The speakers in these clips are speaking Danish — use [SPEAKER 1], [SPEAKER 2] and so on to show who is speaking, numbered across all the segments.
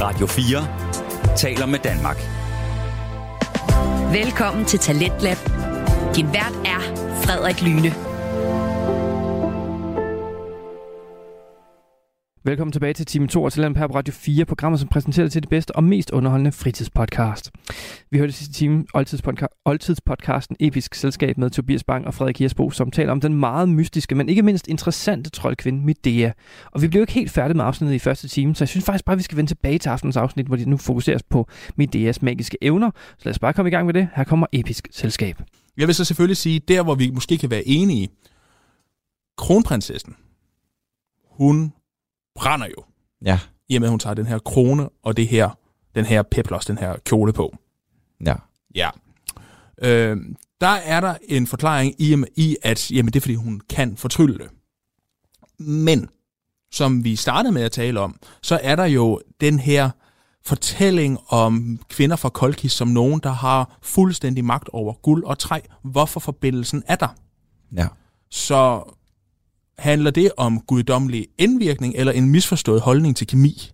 [SPEAKER 1] Radio 4 taler med Danmark.
[SPEAKER 2] Velkommen til Talentlab. Din vært er Frederik Lyne.
[SPEAKER 3] Velkommen tilbage til time 2 af Talent på Radio 4, programmet som præsenterer til det bedste og mest underholdende fritidspodcast. Vi hørte sidste time oldtidspodca- oldtidspodcasten Episk Selskab med Tobias Bang og Frederik Hirsbo, som taler om den meget mystiske, men ikke mindst interessante troldkvinde Medea. Og vi blev ikke helt færdige med afsnittet i første time, så jeg synes faktisk bare, at vi skal vende tilbage til aftenens afsnit, hvor de nu fokuseres på Medeas magiske evner. Så lad os bare komme i gang med det. Her kommer Episk Selskab.
[SPEAKER 4] Jeg vil så selvfølgelig sige, der hvor vi måske kan være enige, kronprinsessen, hun brænder jo,
[SPEAKER 5] Ja,
[SPEAKER 4] i og med at hun tager den her krone og det her, den her peplos, den her kjole på.
[SPEAKER 5] ja.
[SPEAKER 4] Ja. Øh, der er der en forklaring i, og med- i at jamen, det er, fordi hun kan fortrylle det. Men, som vi startede med at tale om, så er der jo den her fortælling om kvinder fra Kolkis som nogen, der har fuldstændig magt over guld og træ. Hvorfor forbindelsen er der?
[SPEAKER 5] ja.
[SPEAKER 4] Så handler det om guddommelig indvirkning eller en misforstået holdning til kemi?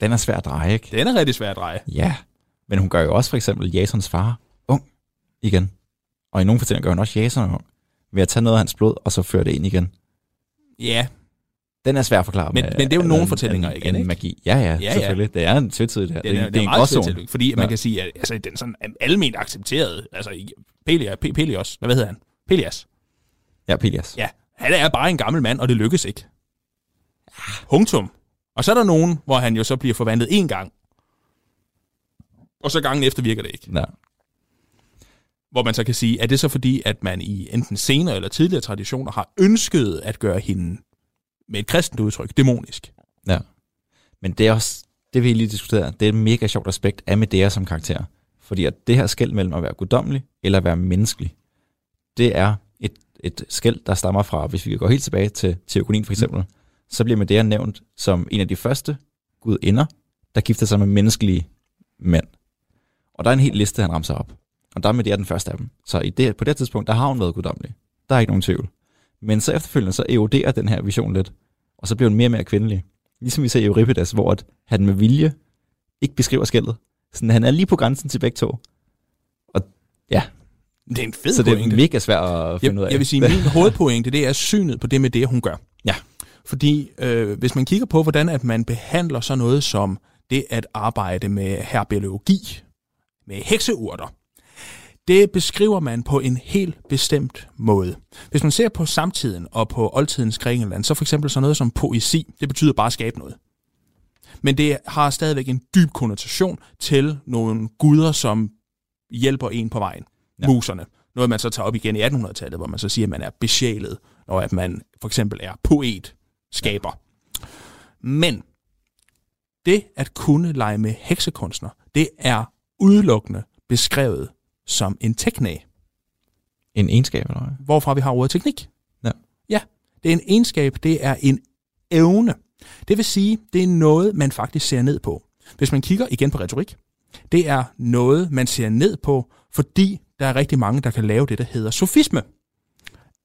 [SPEAKER 5] Den er svær at dreje, ikke?
[SPEAKER 4] Den er rigtig svær at dreje.
[SPEAKER 5] Ja. Men hun gør jo også for eksempel Jasons far ung igen. Og i nogle fortællinger gør hun også Jason ung. Ved at tage noget af hans blod, og så føre det ind igen.
[SPEAKER 4] Ja,
[SPEAKER 5] Den er svær at forklare.
[SPEAKER 4] Men-
[SPEAKER 5] med-
[SPEAKER 4] men det er jo
[SPEAKER 5] med
[SPEAKER 4] nogle
[SPEAKER 5] en-
[SPEAKER 4] fortællinger
[SPEAKER 5] en,
[SPEAKER 4] igen,
[SPEAKER 5] en
[SPEAKER 4] ikke?
[SPEAKER 5] magi. Ja, ja,
[SPEAKER 4] ja.
[SPEAKER 5] ja selvfølgelig. Det er en tvetydig der.
[SPEAKER 4] Den, det, er,
[SPEAKER 5] en-
[SPEAKER 4] det er,
[SPEAKER 5] en
[SPEAKER 4] meget svært
[SPEAKER 5] gråzone.
[SPEAKER 4] til, fordi ja. man
[SPEAKER 5] Ja.
[SPEAKER 4] kan sige, at altså, den er sådan al- alment accepteret, altså i- Pelia, Pe- Pelios, hvad hedder han? Pelias.
[SPEAKER 5] Ja, Pelias.
[SPEAKER 4] Ja, han er bare en gammel mand, og det lykkes ikke. Punktum. Og så er der nogen, hvor han jo så bliver forvandlet én gang, og så gangen efter virker det ikke.
[SPEAKER 5] Ja.
[SPEAKER 4] Hvor man så kan sige, er det så fordi, at man i enten senere eller tidligere traditioner har ønsket at gøre hende med et kristent udtryk, dæmonisk?
[SPEAKER 5] Ja. Men det er også, det vi lige diskuterede, det er et mega sjovt aspekt af Medea som karakter. Fordi at det her skæld mellem at være guddommelig eller at være menneskelig, det er et, et skæld, der stammer fra, hvis vi går helt tilbage til teogonien for eksempel, så bliver Medea nævnt som en af de første gudinder, der gifter sig med menneskelige mænd. Og der er en hel liste, han ramser op. Og der er Medea den første af dem. Så i det, på det her tidspunkt, der har hun været guddommelig. Der er ikke nogen tvivl. Men så efterfølgende, så eroderer den her vision lidt. Og så bliver hun mere og mere kvindelig. Ligesom vi ser i Euripides, hvor at han med vilje ikke beskriver skældet. Sådan, han er lige på grænsen til begge to. Og ja,
[SPEAKER 4] Det er en fed
[SPEAKER 5] så det
[SPEAKER 4] pointe.
[SPEAKER 5] er mega svært at finde
[SPEAKER 4] jeg,
[SPEAKER 5] ud af.
[SPEAKER 4] Jeg vil sige, min hovedpointe, det er synet på det med det, hun gør.
[SPEAKER 5] Ja.
[SPEAKER 4] Fordi øh, hvis man kigger på, hvordan at man behandler sådan noget som det at arbejde med herbiologi, med hekseurter, det beskriver man på en helt bestemt måde. Hvis man ser på samtiden og på oldtidens Grækenland, så for eksempel sådan noget som poesi, det betyder bare at skabe noget. Men det har stadigvæk en dyb konnotation til nogle guder, som hjælper en på vejen. Ja.
[SPEAKER 5] Ja.
[SPEAKER 4] Muserne. Noget, man så tager op igen i 1800-tallet, hvor man så siger, at man er besjælet, og at man for eksempel er poet, skaber. Men det at kunne lege med heksekunstner, det er udelukkende beskrevet som en teknæ,
[SPEAKER 5] En egenskab, eller hvad?
[SPEAKER 4] hvorfra vi har ordet teknik.
[SPEAKER 5] Ja.
[SPEAKER 4] Ja, det er en egenskab, det er en evne. Det vil sige, det er noget, man faktisk ser ned på. Hvis man kigger igen på retorik, det er noget, man ser ned på, fordi der er rigtig mange, der kan lave det, der hedder sofisme.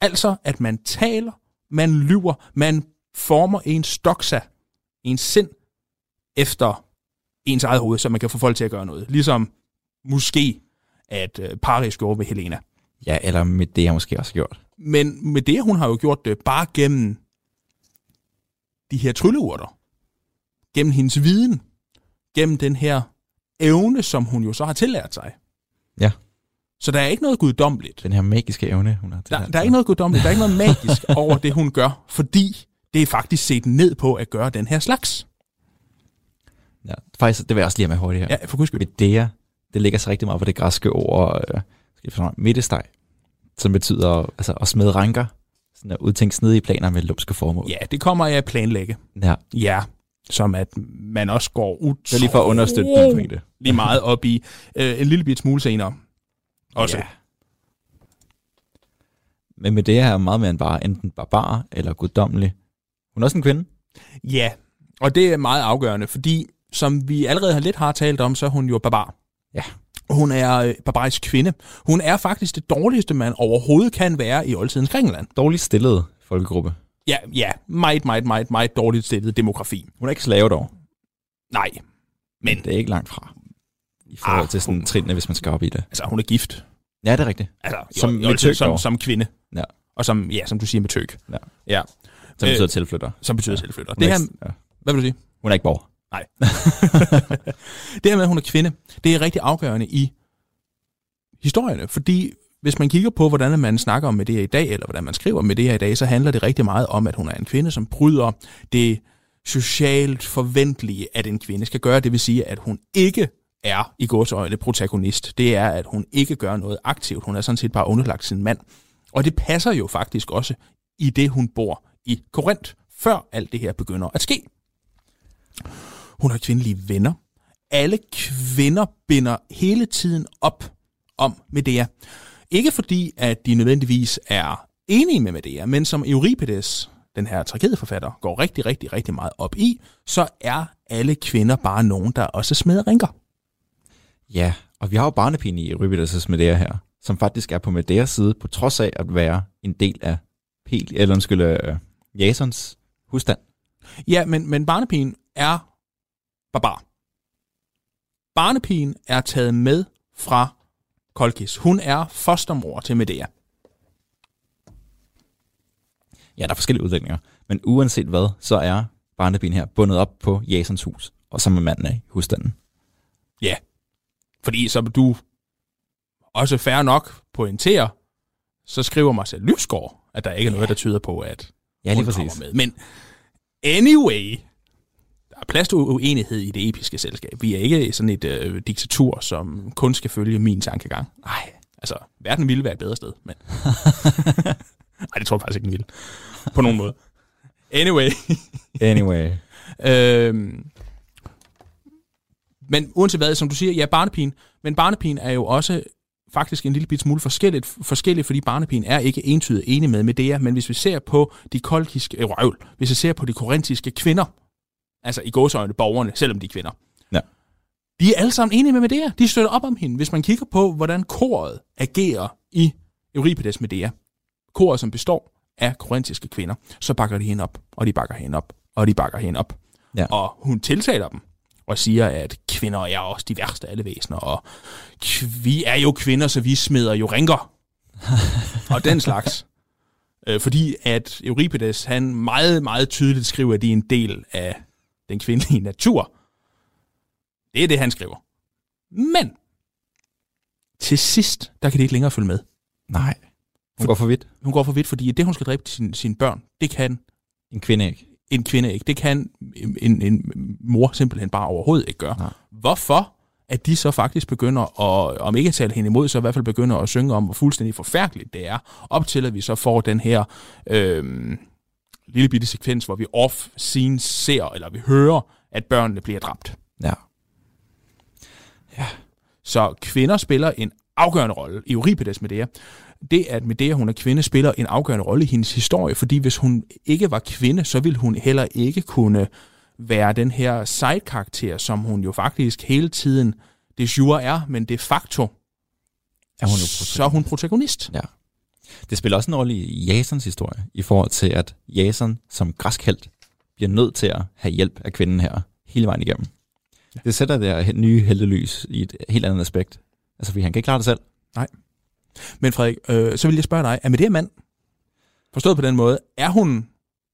[SPEAKER 4] Altså, at man taler, man lyver, man former en stoksa, en sind, efter ens eget hoved, så man kan få folk til at gøre noget. Ligesom måske, at øh, Paris gjorde ved Helena.
[SPEAKER 5] Ja, eller med det, jeg måske også har gjort.
[SPEAKER 4] Men med det, hun har jo gjort det bare gennem de her trylleurter. Gennem hendes viden. Gennem den her evne, som hun jo så har tillært sig.
[SPEAKER 5] Ja.
[SPEAKER 4] Så der er ikke noget guddommeligt.
[SPEAKER 5] Den her magiske evne, hun har.
[SPEAKER 4] Der, der er ikke noget guddommeligt, der er ikke noget magisk over det, hun gør, fordi det er faktisk set ned på at gøre den her slags.
[SPEAKER 5] Ja, faktisk, det vil jeg også lige have med hurtigt her.
[SPEAKER 4] Ja, for guds skyld.
[SPEAKER 5] Medea, det ligger sig rigtig meget på det græske ord, øh, skal jeg finde, mittesteg, som betyder altså, at smede ranker, sådan at udtænke snedige planer med lumske formål.
[SPEAKER 4] Ja, det kommer jeg at planlægge.
[SPEAKER 5] ja.
[SPEAKER 4] Ja, som at man også går ud.
[SPEAKER 5] Det er lige for at understøtte din
[SPEAKER 4] Oh.
[SPEAKER 5] pointe.
[SPEAKER 4] lige meget op i øh, en lille bit smule senere. Også. Ja.
[SPEAKER 5] Ja. Men med det her er meget mere end bare enten barbar eller guddommelig. Hun er også en kvinde.
[SPEAKER 4] ja, og det er meget afgørende, fordi som vi allerede har lidt har talt om, så er hun jo barbar.
[SPEAKER 5] Ja.
[SPEAKER 4] Hun er øh, barbarisk kvinde. Hun er faktisk det dårligste, man overhovedet kan være i oldtidens Grækenland.
[SPEAKER 5] Dårligt stillet folkegruppe.
[SPEAKER 4] ja, ja, meget, meget, meget, meget dårligt stillet demografi.
[SPEAKER 5] Hun er ikke slave dog,
[SPEAKER 4] Nej,
[SPEAKER 5] men det er ikke langt fra. I forhold
[SPEAKER 4] Ah,
[SPEAKER 5] til sådan trinene, hvis man skal op i det.
[SPEAKER 4] altså hun er gift.
[SPEAKER 5] Ja, det er rigtigt.
[SPEAKER 4] Altså,
[SPEAKER 5] Som
[SPEAKER 4] som,
[SPEAKER 5] med
[SPEAKER 4] jo,
[SPEAKER 5] tøg
[SPEAKER 4] som,
[SPEAKER 5] dog.
[SPEAKER 4] som kvinde.
[SPEAKER 5] Ja.
[SPEAKER 4] Og som, ja, som du siger med tøg.
[SPEAKER 5] Ja.
[SPEAKER 4] ja
[SPEAKER 5] Som
[SPEAKER 4] Øh,
[SPEAKER 5] betyder tilflytter.
[SPEAKER 4] som betyder selvflytter.
[SPEAKER 5] Hun er
[SPEAKER 4] Det her,
[SPEAKER 5] ikke- ja.
[SPEAKER 4] hvad vil du sige?
[SPEAKER 5] Hun er ikke borger.
[SPEAKER 4] det her med, at hun er kvinde, det er rigtig afgørende i historierne, fordi hvis man kigger på, hvordan man snakker om med det her i dag, eller hvordan man skriver med det her i dag, så handler det rigtig meget om, at hun er en kvinde, som bryder det socialt forventelige, at en kvinde skal gøre. Det vil sige, at hun ikke er i godsøjne protagonist. Det er, at hun ikke gør noget aktivt. Hun er sådan set bare underlagt sin mand. Og det passer jo faktisk også i det, hun bor i Korinth, før alt det her begynder at ske. Hun har kvindelige venner. Alle kvinder binder hele tiden op om Medea. Ikke fordi, at de nødvendigvis er enige med Medea, men som Euripides, den her tragedieforfatter, går rigtig, rigtig, rigtig meget op i, så er alle kvinder bare nogen, der også smider rinker.
[SPEAKER 5] Ja, og vi har jo barnepigen i Euripides' Medea her, som faktisk er på Medeas side, på trods af at være en del af Pel, eller undskyld, øh, Jasons husstand.
[SPEAKER 4] Ja, men, men barnepigen er barbar. Barnepigen er taget med fra Kolkis. Hun er fostermor til Medea.
[SPEAKER 5] Ja, der er forskellige udlægninger, men uanset hvad, så er barnepigen her bundet op på Jasons hus, og som er manden af i husstanden.
[SPEAKER 4] Ja. Fordi så vil du også færre nok pointerer, så skriver Marcel Lysgaard, at der ikke er noget, der tyder på, at
[SPEAKER 5] Ja, lige
[SPEAKER 4] hun
[SPEAKER 5] præcis.
[SPEAKER 4] kommer med. Men anyway, der er plads til uenighed i det episke selskab. Vi er ikke sådan et øh, diktatur, som kun skal følge min tankegang. Nej. Altså, verden ville være et bedre sted, men... Nej, det tror jeg faktisk ikke, den ville. På nogen måde. Anyway.
[SPEAKER 5] Anyway.
[SPEAKER 4] Øhm, men uanset hvad, som du siger, ja, barnepigen. Men barnepigen er jo også faktisk en lille bit smule forskelligt, forskellig, fordi barnepigen er ikke entydigt enig med Medea, men hvis vi ser på de kolkiske, øh, røvl, hvis vi ser på de korintiske kvinder, altså i gåsøjne borgerne, selvom de er kvinder,
[SPEAKER 5] Ja.
[SPEAKER 4] de er alle sammen enige med Medea. De støtter op om hende. Hvis man kigger på, hvordan koret agerer i Euripides Medea, koret, som består af korintiske kvinder, så bakker de hende op, og de bakker hende op, og de bakker hende op.
[SPEAKER 5] Ja.
[SPEAKER 4] Og hun tiltaler dem og siger, at kvinder er også de værste af alle væsener, og kv- vi er jo kvinder, så vi smider jo rinker. og den slags. Øh, fordi at Euripides, han meget, meget tydeligt skriver, at de er en del af den kvindelige natur. Det er det, han skriver. Men til sidst, der kan de ikke længere følge med.
[SPEAKER 5] Nej. Hun går for vidt.
[SPEAKER 4] Hun går for vidt, fordi det, hun skal dræbe sin, sine børn, det kan
[SPEAKER 5] En kvinde ikke.
[SPEAKER 4] en kvinde ikke. Det kan en, en, en mor simpelthen bare overhovedet ikke gøre.
[SPEAKER 5] Nej.
[SPEAKER 4] Hvorfor? At de så faktisk begynder at, om ikke at tale hende imod, så i hvert fald begynder at synge om, hvor fuldstændig forfærdeligt det er, op til at vi så får den her øh, lille bitte sekvens, hvor vi off-scene ser, eller vi hører, at børnene bliver dræbt.
[SPEAKER 5] Ja.
[SPEAKER 4] Så kvinder spiller en afgørende rolle i Euripides Medea. Det, at Medea, hun er kvinde, spiller en afgørende rolle i hendes historie, fordi hvis hun ikke var kvinde, så ville hun heller ikke kunne være den her sidekarakter, som hun jo faktisk hele tiden det jure er, men de facto,
[SPEAKER 5] Er hun jo
[SPEAKER 4] så er hun protagonist.
[SPEAKER 5] Ja. Det spiller også en rolle i Jasons historie, i forhold til, at Jason som græsk held bliver nødt til at have hjælp af kvinden her hele vejen igennem. Det sætter det her he- nye heldelys i et helt andet aspekt. Altså, fordi han kan ikke klare det selv.
[SPEAKER 4] Men Frederik, øh, så vil jeg spørge dig, er Medea mand? Forstået på den måde, er hun,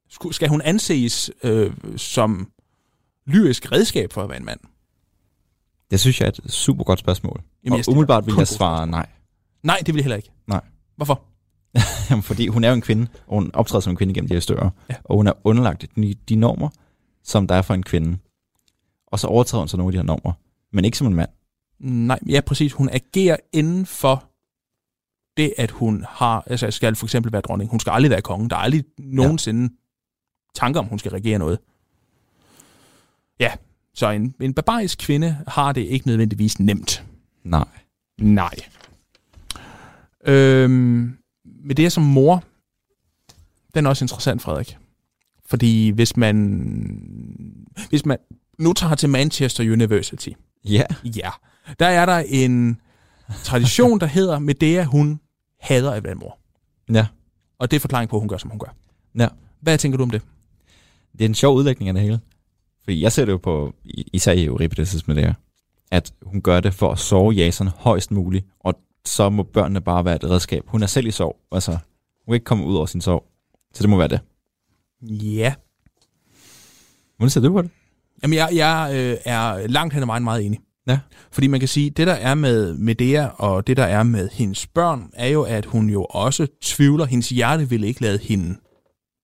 [SPEAKER 4] sku- skal hun anses øh, som lyrisk redskab for at være en mand?
[SPEAKER 5] Det synes jeg er et super godt spørgsmål.
[SPEAKER 4] Jamen,
[SPEAKER 5] Jamen,
[SPEAKER 4] jeg
[SPEAKER 5] og
[SPEAKER 4] stiller
[SPEAKER 5] umiddelbart vil
[SPEAKER 4] kun
[SPEAKER 5] jeg
[SPEAKER 4] gode
[SPEAKER 5] svare nej.
[SPEAKER 4] Nej, det vil jeg heller ikke.
[SPEAKER 5] Nej.
[SPEAKER 4] Hvorfor?
[SPEAKER 5] Jamen, fordi hun er jo en kvinde, og hun optræder som en kvinde gennem de her støver.
[SPEAKER 4] Ja.
[SPEAKER 5] Ja. Og hun er underlagt de, de normer, som der er for en kvinde. Og så overtræder hun så nogle af de her normer. Men ikke som en mand.
[SPEAKER 4] Nej, ja præcis. Hun agerer inden for det, at hun har, altså skal for eksempel være dronning. Hun skal aldrig være konge. Der er aldrig nogensinde ja. tanker om, hun skal regere noget. Ja, så en, en barbarisk kvinde har det ikke nødvendigvis nemt.
[SPEAKER 5] Nej.
[SPEAKER 4] Nej. Øhm, men det er som mor, den er også interessant, Frederik. Fordi hvis man, hvis man nu tager til Manchester University,
[SPEAKER 5] Ja.
[SPEAKER 4] Ja. Der er der en tradition, der hedder Medea, hun hader at være mor.
[SPEAKER 5] Ja.
[SPEAKER 4] Og det er forklaring på, at hun gør, som hun gør.
[SPEAKER 5] Ja.
[SPEAKER 4] Hvad tænker du om det?
[SPEAKER 5] det er en sjov udlægning af det hele. Fordi jeg ser det jo på, i- især i Euripides med det her, at hun gør det for at sove jaserne højst muligt, og så må børnene bare være et redskab. Hun er selv i sorg, altså hun kan ikke komme ud over sin sorg. Så det må være det.
[SPEAKER 4] Ja.
[SPEAKER 5] Hvordan ser du på det?
[SPEAKER 4] Jamen, jeg, jeg øh, er langt hen ad vejen meget enig.
[SPEAKER 5] Ja.
[SPEAKER 4] Fordi man kan sige, det der er med Medea og det der er med hendes børn, er jo, at hun jo også tvivler. Hendes hjerte vil ikke lade hende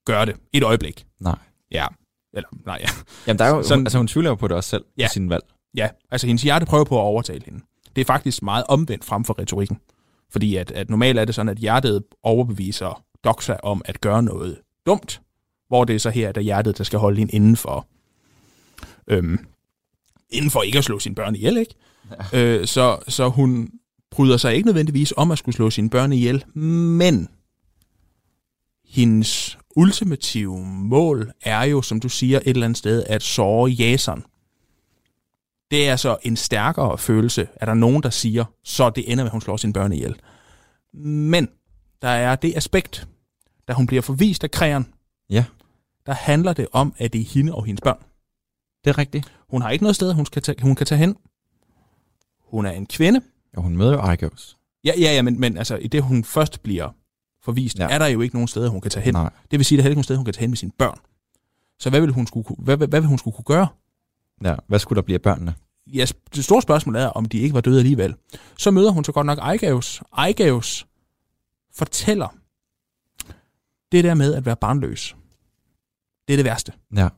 [SPEAKER 4] gøre det. Et øjeblik.
[SPEAKER 5] Nej.
[SPEAKER 4] Ja. Eller, nej, ja.
[SPEAKER 5] Jamen, der er jo,
[SPEAKER 4] Sådan-
[SPEAKER 5] Sådan, altså hun tvivler jo på det også selv ja.
[SPEAKER 4] Ja.
[SPEAKER 5] i sin valg.
[SPEAKER 4] Ja, altså hendes hjerte prøver på at overtale hende. Det er faktisk meget omvendt frem for retorikken. Fordi at, at normalt er det sådan, at hjertet overbeviser Doxa om at gøre noget dumt, hvor det er så her, at det er hjertet, der skal holde hende inden for, øhm, inden for ikke at slå sine børn ihjel, ikke? Ja. Øh, så, så hun bryder sig ikke nødvendigvis om at skulle slå sine børn ihjel, men hendes ultimative mål er jo, som du siger, et eller andet sted, at såre jaseren det er så en stærkere følelse, er der nogen, der siger, så det ender med, at hun slår sine børn ihjel. Men der er det aspekt, da hun bliver forvist af kræren,
[SPEAKER 5] Ja,
[SPEAKER 4] der handler det om, at det er hende og hendes børn.
[SPEAKER 5] det er rigtigt.
[SPEAKER 4] Hun har ikke noget sted, hun, skal tage, hun kan tage hen. Hun er en kvinde.
[SPEAKER 5] Og hun møder jo Argos.
[SPEAKER 4] Ja, ja, ja, men, men altså, i det hun først bliver forvist, ja.
[SPEAKER 5] Ja.
[SPEAKER 4] er der jo ikke nogen steder, hun kan tage hen.
[SPEAKER 5] Nej.
[SPEAKER 4] Det vil sige, at der er heller ikke nogen steder, hun kan tage hen med sine børn. Så hvad vil hun skulle, kunne- hvad, hvad, hvad vil hun skulle kunne gøre?
[SPEAKER 5] Ja. Hvad skulle der blive af børnene?
[SPEAKER 4] ja, sp- det store spørgsmål er, om de ikke var døde alligevel. Så møder hun så godt nok Ejgaves. Ejgaves fortæller det der med at være barnløs. Det er det værste.
[SPEAKER 5] Ja.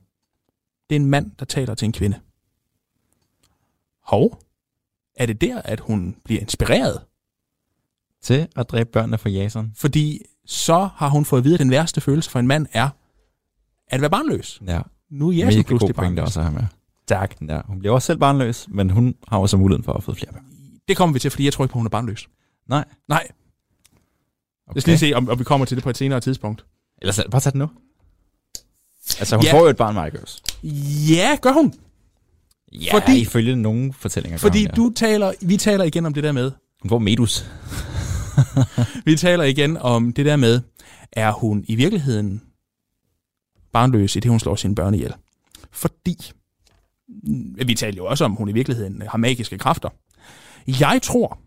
[SPEAKER 4] Det er en mand, der taler til en kvinde. Hov, er det der, at hun bliver inspireret?
[SPEAKER 5] Til at dræbe børnene for jaseren.
[SPEAKER 4] Fordi så har hun fået at vide, at den værste følelse for en mand er at være barnløs.
[SPEAKER 5] Ja.
[SPEAKER 4] Nu er jeg så
[SPEAKER 5] Mega god
[SPEAKER 4] pludselig
[SPEAKER 5] pointe
[SPEAKER 4] barnløs.
[SPEAKER 5] også at have med.
[SPEAKER 4] Tak.
[SPEAKER 5] Ja, hun bliver også selv barnløs, men hun har også muligheden for at få flere børn.
[SPEAKER 4] Det kommer vi til, fordi jeg tror ikke på, at hun er barnløs.
[SPEAKER 5] Nej.
[SPEAKER 4] Nej, okay.
[SPEAKER 5] Okay.
[SPEAKER 4] jeg skal lige se, om, om vi kommer til det på et senere tidspunkt.
[SPEAKER 5] Ellers lad- bare tag den nu. Altså, hun
[SPEAKER 4] Ja.
[SPEAKER 5] ja. får jo et barn med Argos.
[SPEAKER 4] Ja, gør hun.
[SPEAKER 5] Ja,
[SPEAKER 4] Fordi-
[SPEAKER 5] fordi, ifølge nogle fortællinger. gør
[SPEAKER 4] Fordi
[SPEAKER 5] hun, ja.
[SPEAKER 4] du taler, vi taler igen om det der med.
[SPEAKER 5] Hun får Medus.
[SPEAKER 4] Vi taler igen om det der med, er hun i virkeligheden barnløs i det, hun slår sine børn ihjel? Fordi, mm, vi taler jo også om, hun i virkeligheden har magiske kræfter. Jeg tror,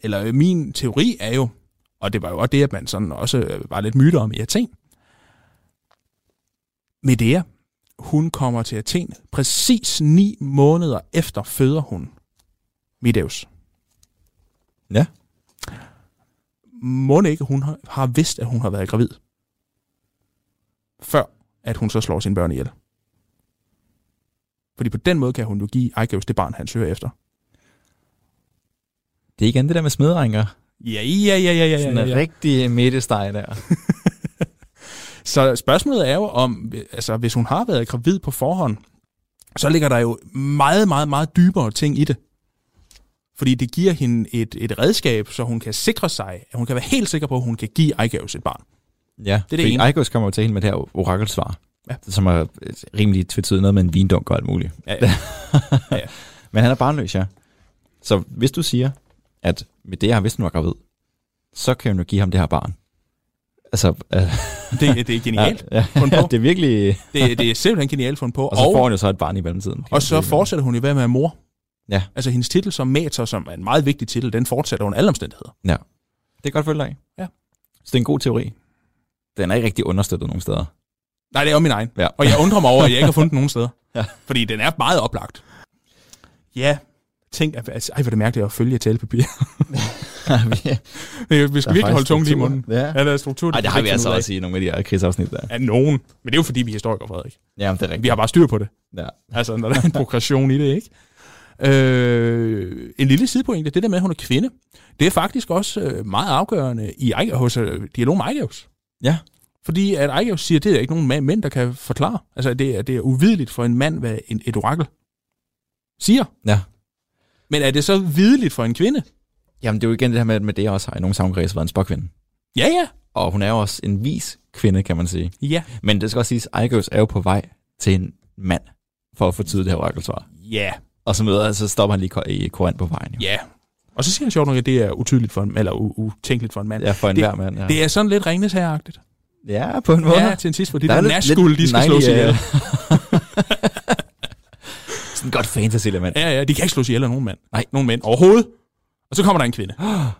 [SPEAKER 4] eller øh, min teori er jo, og det var jo også det, at man sådan også øh, var lidt myter om i Athen, Medea, hun kommer til Athen præcis ni måneder efter føder hun Mideus.
[SPEAKER 5] Ja.
[SPEAKER 4] må det ikke, hun har, har vidst, at hun har været gravid. Før at hun så slår sine børn ihjel. Fordi på den måde kan hun jo give Ejgeus det barn, han søger efter.
[SPEAKER 5] Det er igen det der med smedrænker.
[SPEAKER 4] Ja, ja, ja, ja,
[SPEAKER 5] Sådan en rigtig midtesteg der.
[SPEAKER 4] Så spørgsmålet er jo om, altså hvis hun har været gravid på forhånd, så ligger der jo meget, meget, meget dybere ting i det. Fordi det giver hende et, et redskab, så hun kan sikre sig, at hun kan være helt sikker på, at hun kan give Ejgeus et barn.
[SPEAKER 5] Ja,
[SPEAKER 4] det
[SPEAKER 5] det er det
[SPEAKER 4] ene.
[SPEAKER 5] Argos kommer jo til hende med det her orakelsvar,
[SPEAKER 4] Ja.
[SPEAKER 5] ja. som er et rimelig tvetydigt noget med en vindunk og alt muligt.
[SPEAKER 4] Ja, ja.
[SPEAKER 5] Men han er barnløs, ja. Så hvis du siger, at med det her, hvis hun var gravid, så kan hun jo give ham det her barn. Altså, øh,
[SPEAKER 4] Det, det er genialt.
[SPEAKER 5] ja,
[SPEAKER 4] Fundet på.
[SPEAKER 5] det er virkelig...
[SPEAKER 4] Det, det er simpelthen genialt fundet på.
[SPEAKER 5] Og så får hun jo så et barn i mellemtiden.
[SPEAKER 4] Og så fortsætter hun jo med at være mor.
[SPEAKER 5] Ja.
[SPEAKER 4] Altså hendes titel som mater, som er en meget vigtig titel, den fortsætter under alle omstændigheder.
[SPEAKER 5] Ja. Det er godt følge dig.
[SPEAKER 4] Ja.
[SPEAKER 5] Så det er en god teori. Den er ikke rigtig understøttet nogen steder.
[SPEAKER 4] Nej, det er jo min egen.
[SPEAKER 5] Ja.
[SPEAKER 4] Og jeg undrer mig over, at jeg ikke har fundet den nogen steder.
[SPEAKER 5] Ja.
[SPEAKER 4] Fordi den er meget oplagt. Ja, tænk, at, altså, ej, hvor er det mærkeligt at følge et talepapir. vi skal virkelig holde tungen lige i munden.
[SPEAKER 5] Ja.
[SPEAKER 4] Ja, der er struktur.
[SPEAKER 5] Ej, det har vi
[SPEAKER 4] kan
[SPEAKER 5] altså
[SPEAKER 4] finde ud af.
[SPEAKER 5] også i nogle af de her krigsafsnit der.
[SPEAKER 4] Af nogen. Men det er jo fordi, vi er historikere, Frederik.
[SPEAKER 5] Ja, men det er
[SPEAKER 4] Vi
[SPEAKER 5] rigtigt.
[SPEAKER 4] har bare styr på det.
[SPEAKER 5] Ja.
[SPEAKER 4] Altså, når der er en progression i det, ikke? Øh, en lille sidepointe, det der med, at hun er kvinde, det er faktisk også øh, meget afgørende i Ej- hos øh, dialog med Ejgeus.
[SPEAKER 5] Ja.
[SPEAKER 4] Fordi at Ejgeus siger, at det er der ikke nogen ma- mænd, der kan forklare. Altså, det er, det er uvideligt for en mand, hvad en, et orakel siger.
[SPEAKER 5] ja.
[SPEAKER 4] Men er det så videligt for en kvinde?
[SPEAKER 5] Jamen, det er jo igen det her med, at med det også har i nogle sammenkreds været en spokvinde.
[SPEAKER 4] Ja, ja.
[SPEAKER 5] Og hun er jo også en vis kvinde, kan man sige.
[SPEAKER 4] Ja.
[SPEAKER 5] Men det skal også siges, at Ejgøs er jo på vej til en mand for at få tid det her orakelsvar.
[SPEAKER 4] Ja.
[SPEAKER 5] Og så møder så stopper han lige ko- i Koran på vejen. Jo.
[SPEAKER 4] Ja. Og så siger han sjovt nok, at det er utydeligt for en, eller u- utænkeligt for en mand.
[SPEAKER 5] Ja, for en hver mand. Ja.
[SPEAKER 4] Det er sådan lidt Ringnes her
[SPEAKER 5] Ja, på en måde.
[SPEAKER 4] Ja, til en sidst, fordi der, der er
[SPEAKER 5] lidt-
[SPEAKER 4] naskuld,
[SPEAKER 5] lidt
[SPEAKER 4] de skal slås
[SPEAKER 5] 90'er.
[SPEAKER 4] ihjel.
[SPEAKER 5] Sådan et godt fantasy-element.
[SPEAKER 4] Ja, ja, de kan ikke slås ihjel af nogen mand.
[SPEAKER 5] Nej.
[SPEAKER 4] Nogen mænd overhovedet. Og så kommer der en kvinde.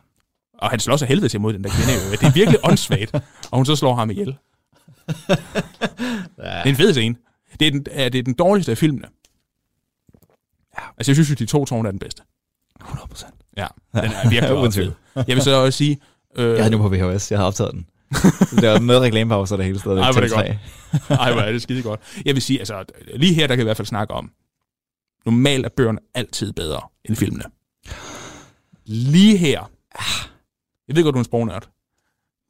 [SPEAKER 4] Og han slår sig helvede til mod den der kvinde. jo. Det er virkelig åndssvagt. Og hun så slår ham ihjel. Det er en fed scene. Det er den, ja, det er den dårligste af filmene. Ja. Altså, jeg synes jo, de to tårne er den bedste.
[SPEAKER 5] 100 procent.
[SPEAKER 4] Ja, den er virkelig
[SPEAKER 5] Uden
[SPEAKER 4] meget fed.
[SPEAKER 5] tvivl.
[SPEAKER 4] Jeg vil så også sige... Øh,
[SPEAKER 5] Jeg er nu på VHS, jeg har optaget den. Der er med reklamepauser der hele stedet.
[SPEAKER 4] Ej, hvor er det
[SPEAKER 5] Til tre.
[SPEAKER 4] Ej, hvor er det skide godt. Jeg vil sige, altså, lige her, der kan jeg i hvert fald snakke om, normalt er bøgerne altid bedre end filmene. Lige her, ah, jeg ved godt, du er en sprognørd.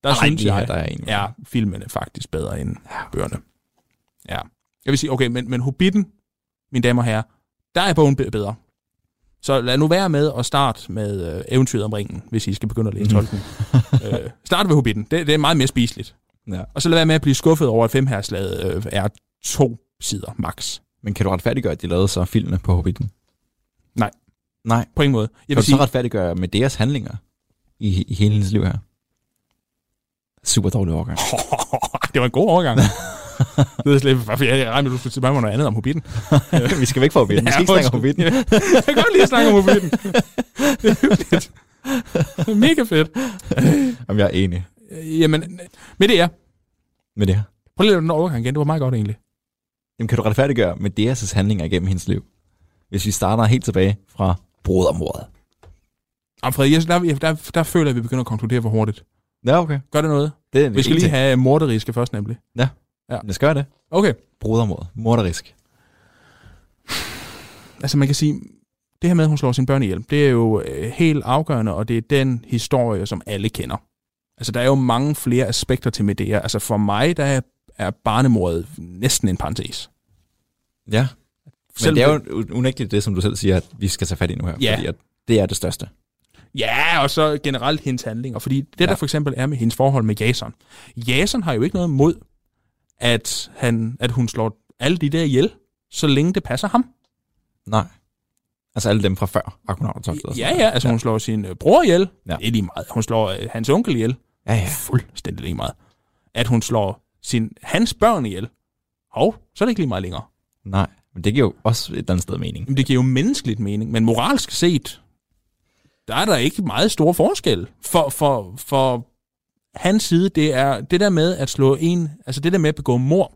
[SPEAKER 4] Der
[SPEAKER 5] Ej,
[SPEAKER 4] synes
[SPEAKER 5] lige her,
[SPEAKER 4] jeg,
[SPEAKER 5] der er en.
[SPEAKER 4] er filmene faktisk bedre end bøgerne. Ja. Jeg vil sige, okay, men, men Hobbiten, mine damer og herrer, der er bogen be- bedre. Så lad nu være med at starte med øh, eventyret om ringen, hvis I skal begynde at
[SPEAKER 5] Mhm.
[SPEAKER 4] læse tolken. øh, start ved Hobbiten. Det, det er meget mere spiseligt.
[SPEAKER 5] Ja.
[SPEAKER 4] Og så lad være med at blive skuffet over, at femherslaget øh, er to sider max.
[SPEAKER 5] Men kan du retfærdiggøre, at de lavede så filmene på Hobbiten?
[SPEAKER 4] Nej.
[SPEAKER 5] Nej.
[SPEAKER 4] På en måde. Jeg
[SPEAKER 5] Kan
[SPEAKER 4] vil
[SPEAKER 5] du
[SPEAKER 4] sige,
[SPEAKER 5] så retfærdiggøre med deres handlinger i, i hele hendes liv her? Super dårlig overgang.
[SPEAKER 4] det var en god overgang. det er slet, jeg jeg regnede, du skulle spørge mig noget andet om Hobbiten.
[SPEAKER 5] vi skal væk fra Hobbiten. Vi skal ikke snakke om Hobbiten.
[SPEAKER 4] Jeg kan godt lide at snakke om Hobbiten. Det er hyggeligt. Det er Mega fedt.
[SPEAKER 5] Jamen, jeg er enig
[SPEAKER 4] Øh, Jamen, med det er.
[SPEAKER 5] med det her.
[SPEAKER 4] Prøv lige at lave den overgang igen. Det var meget godt egentlig.
[SPEAKER 5] Jamen, kan du retfærdiggøre med deres handlinger igennem hendes liv? Hvis vi starter helt tilbage fra brodermordet.
[SPEAKER 4] Jamen, Fred, jeg, der, der, der føler jeg, at vi begynder at konkludere for hurtigt.
[SPEAKER 5] Ja, okay.
[SPEAKER 4] Gør det noget?
[SPEAKER 5] Det er
[SPEAKER 4] Vi skal lige have morderiske først nemlig.
[SPEAKER 5] Lad os gøre det.
[SPEAKER 4] Okay.
[SPEAKER 5] Brodermordet. Morderisk.
[SPEAKER 4] altså man kan sige, det her med, at hun slår sine børn ihjel, det er jo øh, helt afgørende, og det er den historie, som alle kender. Altså der er jo mange flere aspekter til Medea. Altså for mig, der er, er barnemordet næsten en parentes.
[SPEAKER 5] Ja. Men
[SPEAKER 4] Selv
[SPEAKER 5] det er jo u- unægteligt det, som du selv siger, at vi skal tage fat i nu her.
[SPEAKER 4] Ja.
[SPEAKER 5] Fordi at det er det største.
[SPEAKER 4] Ja, og så generelt hendes handlinger. Fordi det, der
[SPEAKER 5] Ja.
[SPEAKER 4] for eksempel er med hendes forhold med Jason. Jason har jo ikke noget mod, at, han, at hun slår alle de der ihjel, så længe det passer ham.
[SPEAKER 5] Nej. Altså alle dem fra før, Argonauter
[SPEAKER 4] Ja, ja, altså ja. hun slår sin øh, bror ihjel.
[SPEAKER 5] Ja.
[SPEAKER 4] Ja. Det er lige meget. Hun slår øh, hans onkel ihjel.
[SPEAKER 5] Ja, ja.
[SPEAKER 4] fuldstændig lige meget. At hun slår sin, hans børn ihjel. Hov, så er det ikke lige meget længere.
[SPEAKER 5] Nej, men det giver jo også et eller andet sted mening.
[SPEAKER 4] Jamen, det giver jo menneskeligt mening, men moralsk set, der er der ikke meget stor forskel. For, for, for hans side, det er det der med at slå en, altså det der med at begå mor,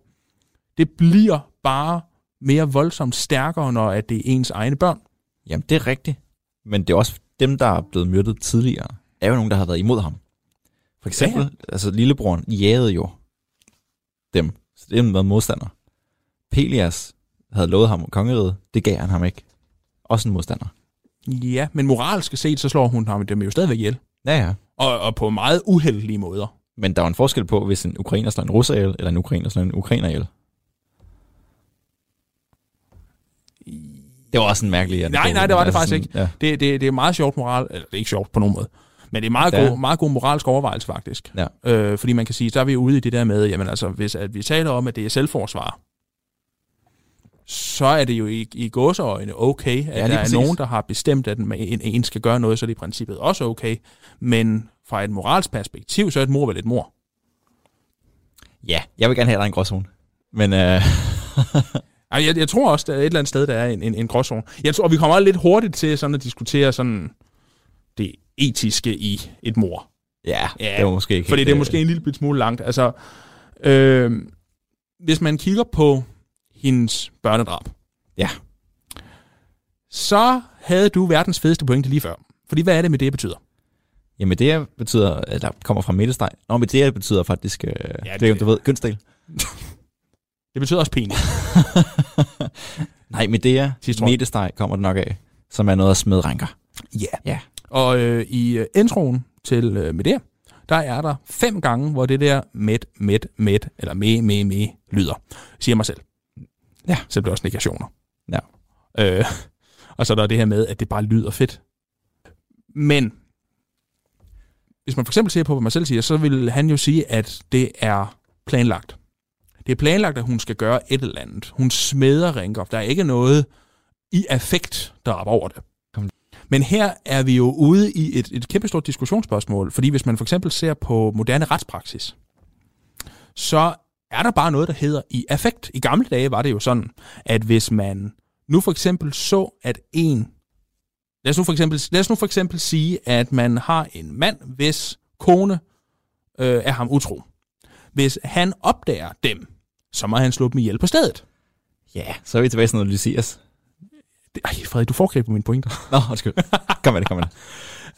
[SPEAKER 4] det bliver bare mere voldsomt stærkere, når at det er ens egne børn.
[SPEAKER 5] Jamen, det er rigtigt. Men det er også dem, der er blevet myrdet tidligere, er jo nogen, der har været imod ham. For eksempel, ja. altså lillebroren jagede jo dem. Så det er været modstander. Pelias havde lovet ham kongeriget. Det gav han ham ikke. Også en modstander.
[SPEAKER 4] Ja, men moralsk set, så slår hun ham dem jo stadigvæk ihjel.
[SPEAKER 5] Ja, ja.
[SPEAKER 4] Og, og på meget uheldige måder.
[SPEAKER 5] Men der er jo en forskel på, hvis en ukrainer slår en russer ihjel, eller en ukrainer slår en ukrainer ihjel. Det var også en mærkelig...
[SPEAKER 4] Nej, nej, det var det faktisk ikke.
[SPEAKER 5] Ja.
[SPEAKER 4] Det, det, det er meget sjovt moral, eller det er ikke sjovt på nogen måde, men det er meget,
[SPEAKER 5] Ja.
[SPEAKER 4] ja. god, meget god moralsk overvejelse faktisk.
[SPEAKER 5] Ja.
[SPEAKER 4] Øh, fordi man kan sige, så er vi ude i det der med, jamen altså, hvis at vi taler om, at det er selvforsvar, så er det jo i, i gåseøjne okay, at
[SPEAKER 5] lige
[SPEAKER 4] ja, der er
[SPEAKER 5] præcis.
[SPEAKER 4] nogen, der har bestemt, at en, en, en skal gøre noget, så er det i princippet også okay. Men fra et moralsk perspektiv, så er et mor vel et mor.
[SPEAKER 5] ja, jeg vil gerne have, at der er en gråzone. Men øh,
[SPEAKER 4] Ej, jeg, jeg tror også, der er et eller andet sted, der er en, en, en gråzone. Jeg tror, vi kommer lidt hurtigt til sådan at diskutere sådan det etiske i et mor.
[SPEAKER 5] ja,
[SPEAKER 4] Ja,
[SPEAKER 5] det var måske ikke
[SPEAKER 4] Fordi
[SPEAKER 5] helt,
[SPEAKER 4] det er
[SPEAKER 5] øh,
[SPEAKER 4] måske en lille bit smule langt. Altså, øh, hvis man kigger på hendes børnedrab,
[SPEAKER 5] Ja.
[SPEAKER 4] så havde du verdens fedeste pointe lige før. Fordi hvad er det med det betyder?
[SPEAKER 5] Jamen det her betyder, eller kommer fra midtesteg. Nå, men det her betyder faktisk, øh, ja, det, det,
[SPEAKER 4] det-
[SPEAKER 5] du ved, kønsdel.
[SPEAKER 4] Det betyder også penis.
[SPEAKER 5] Nej, med det her
[SPEAKER 4] Sidste ord.
[SPEAKER 5] midtesteg kommer det nok af, som er noget at smide ranker.
[SPEAKER 4] Ja.
[SPEAKER 5] Ja.
[SPEAKER 4] Og øh, i øh, introen til øh, Medea, der er der fem gange, hvor det der med, med, med, eller me, me, me, lyder. Siger mig selv.
[SPEAKER 5] Ja.
[SPEAKER 4] Så bliver det også negationer.
[SPEAKER 5] Ja.
[SPEAKER 4] Øh, og så er der det her med, at det bare lyder fedt. Men, hvis man for eksempel ser på, hvad man selv siger, så vil han jo sige, at det er planlagt. Det er planlagt, at hun skal gøre et eller andet. Hun smeder Rinker. Der er ikke noget i affekt, der rapper over det. Men her er vi jo ude i et, et kæmpestort diskussionsspørgsmål, fordi hvis man for eksempel ser på moderne retspraksis, så er der bare noget, der hedder i affekt. I gamle dage var det jo sådan, at hvis man nu for eksempel så, at en... Lad os nu for eksempel, lad os nu for eksempel sige, at man har en mand, hvis kone øh, er ham utro. Hvis han opdager dem, så må han slå dem ihjel på stedet.
[SPEAKER 5] Ja, så er vi tilbage til noget Lysias.
[SPEAKER 4] Det, ej, Frederik, du foregriber mine pointer.
[SPEAKER 5] Nå, undskyld. Kom med det, kom med det.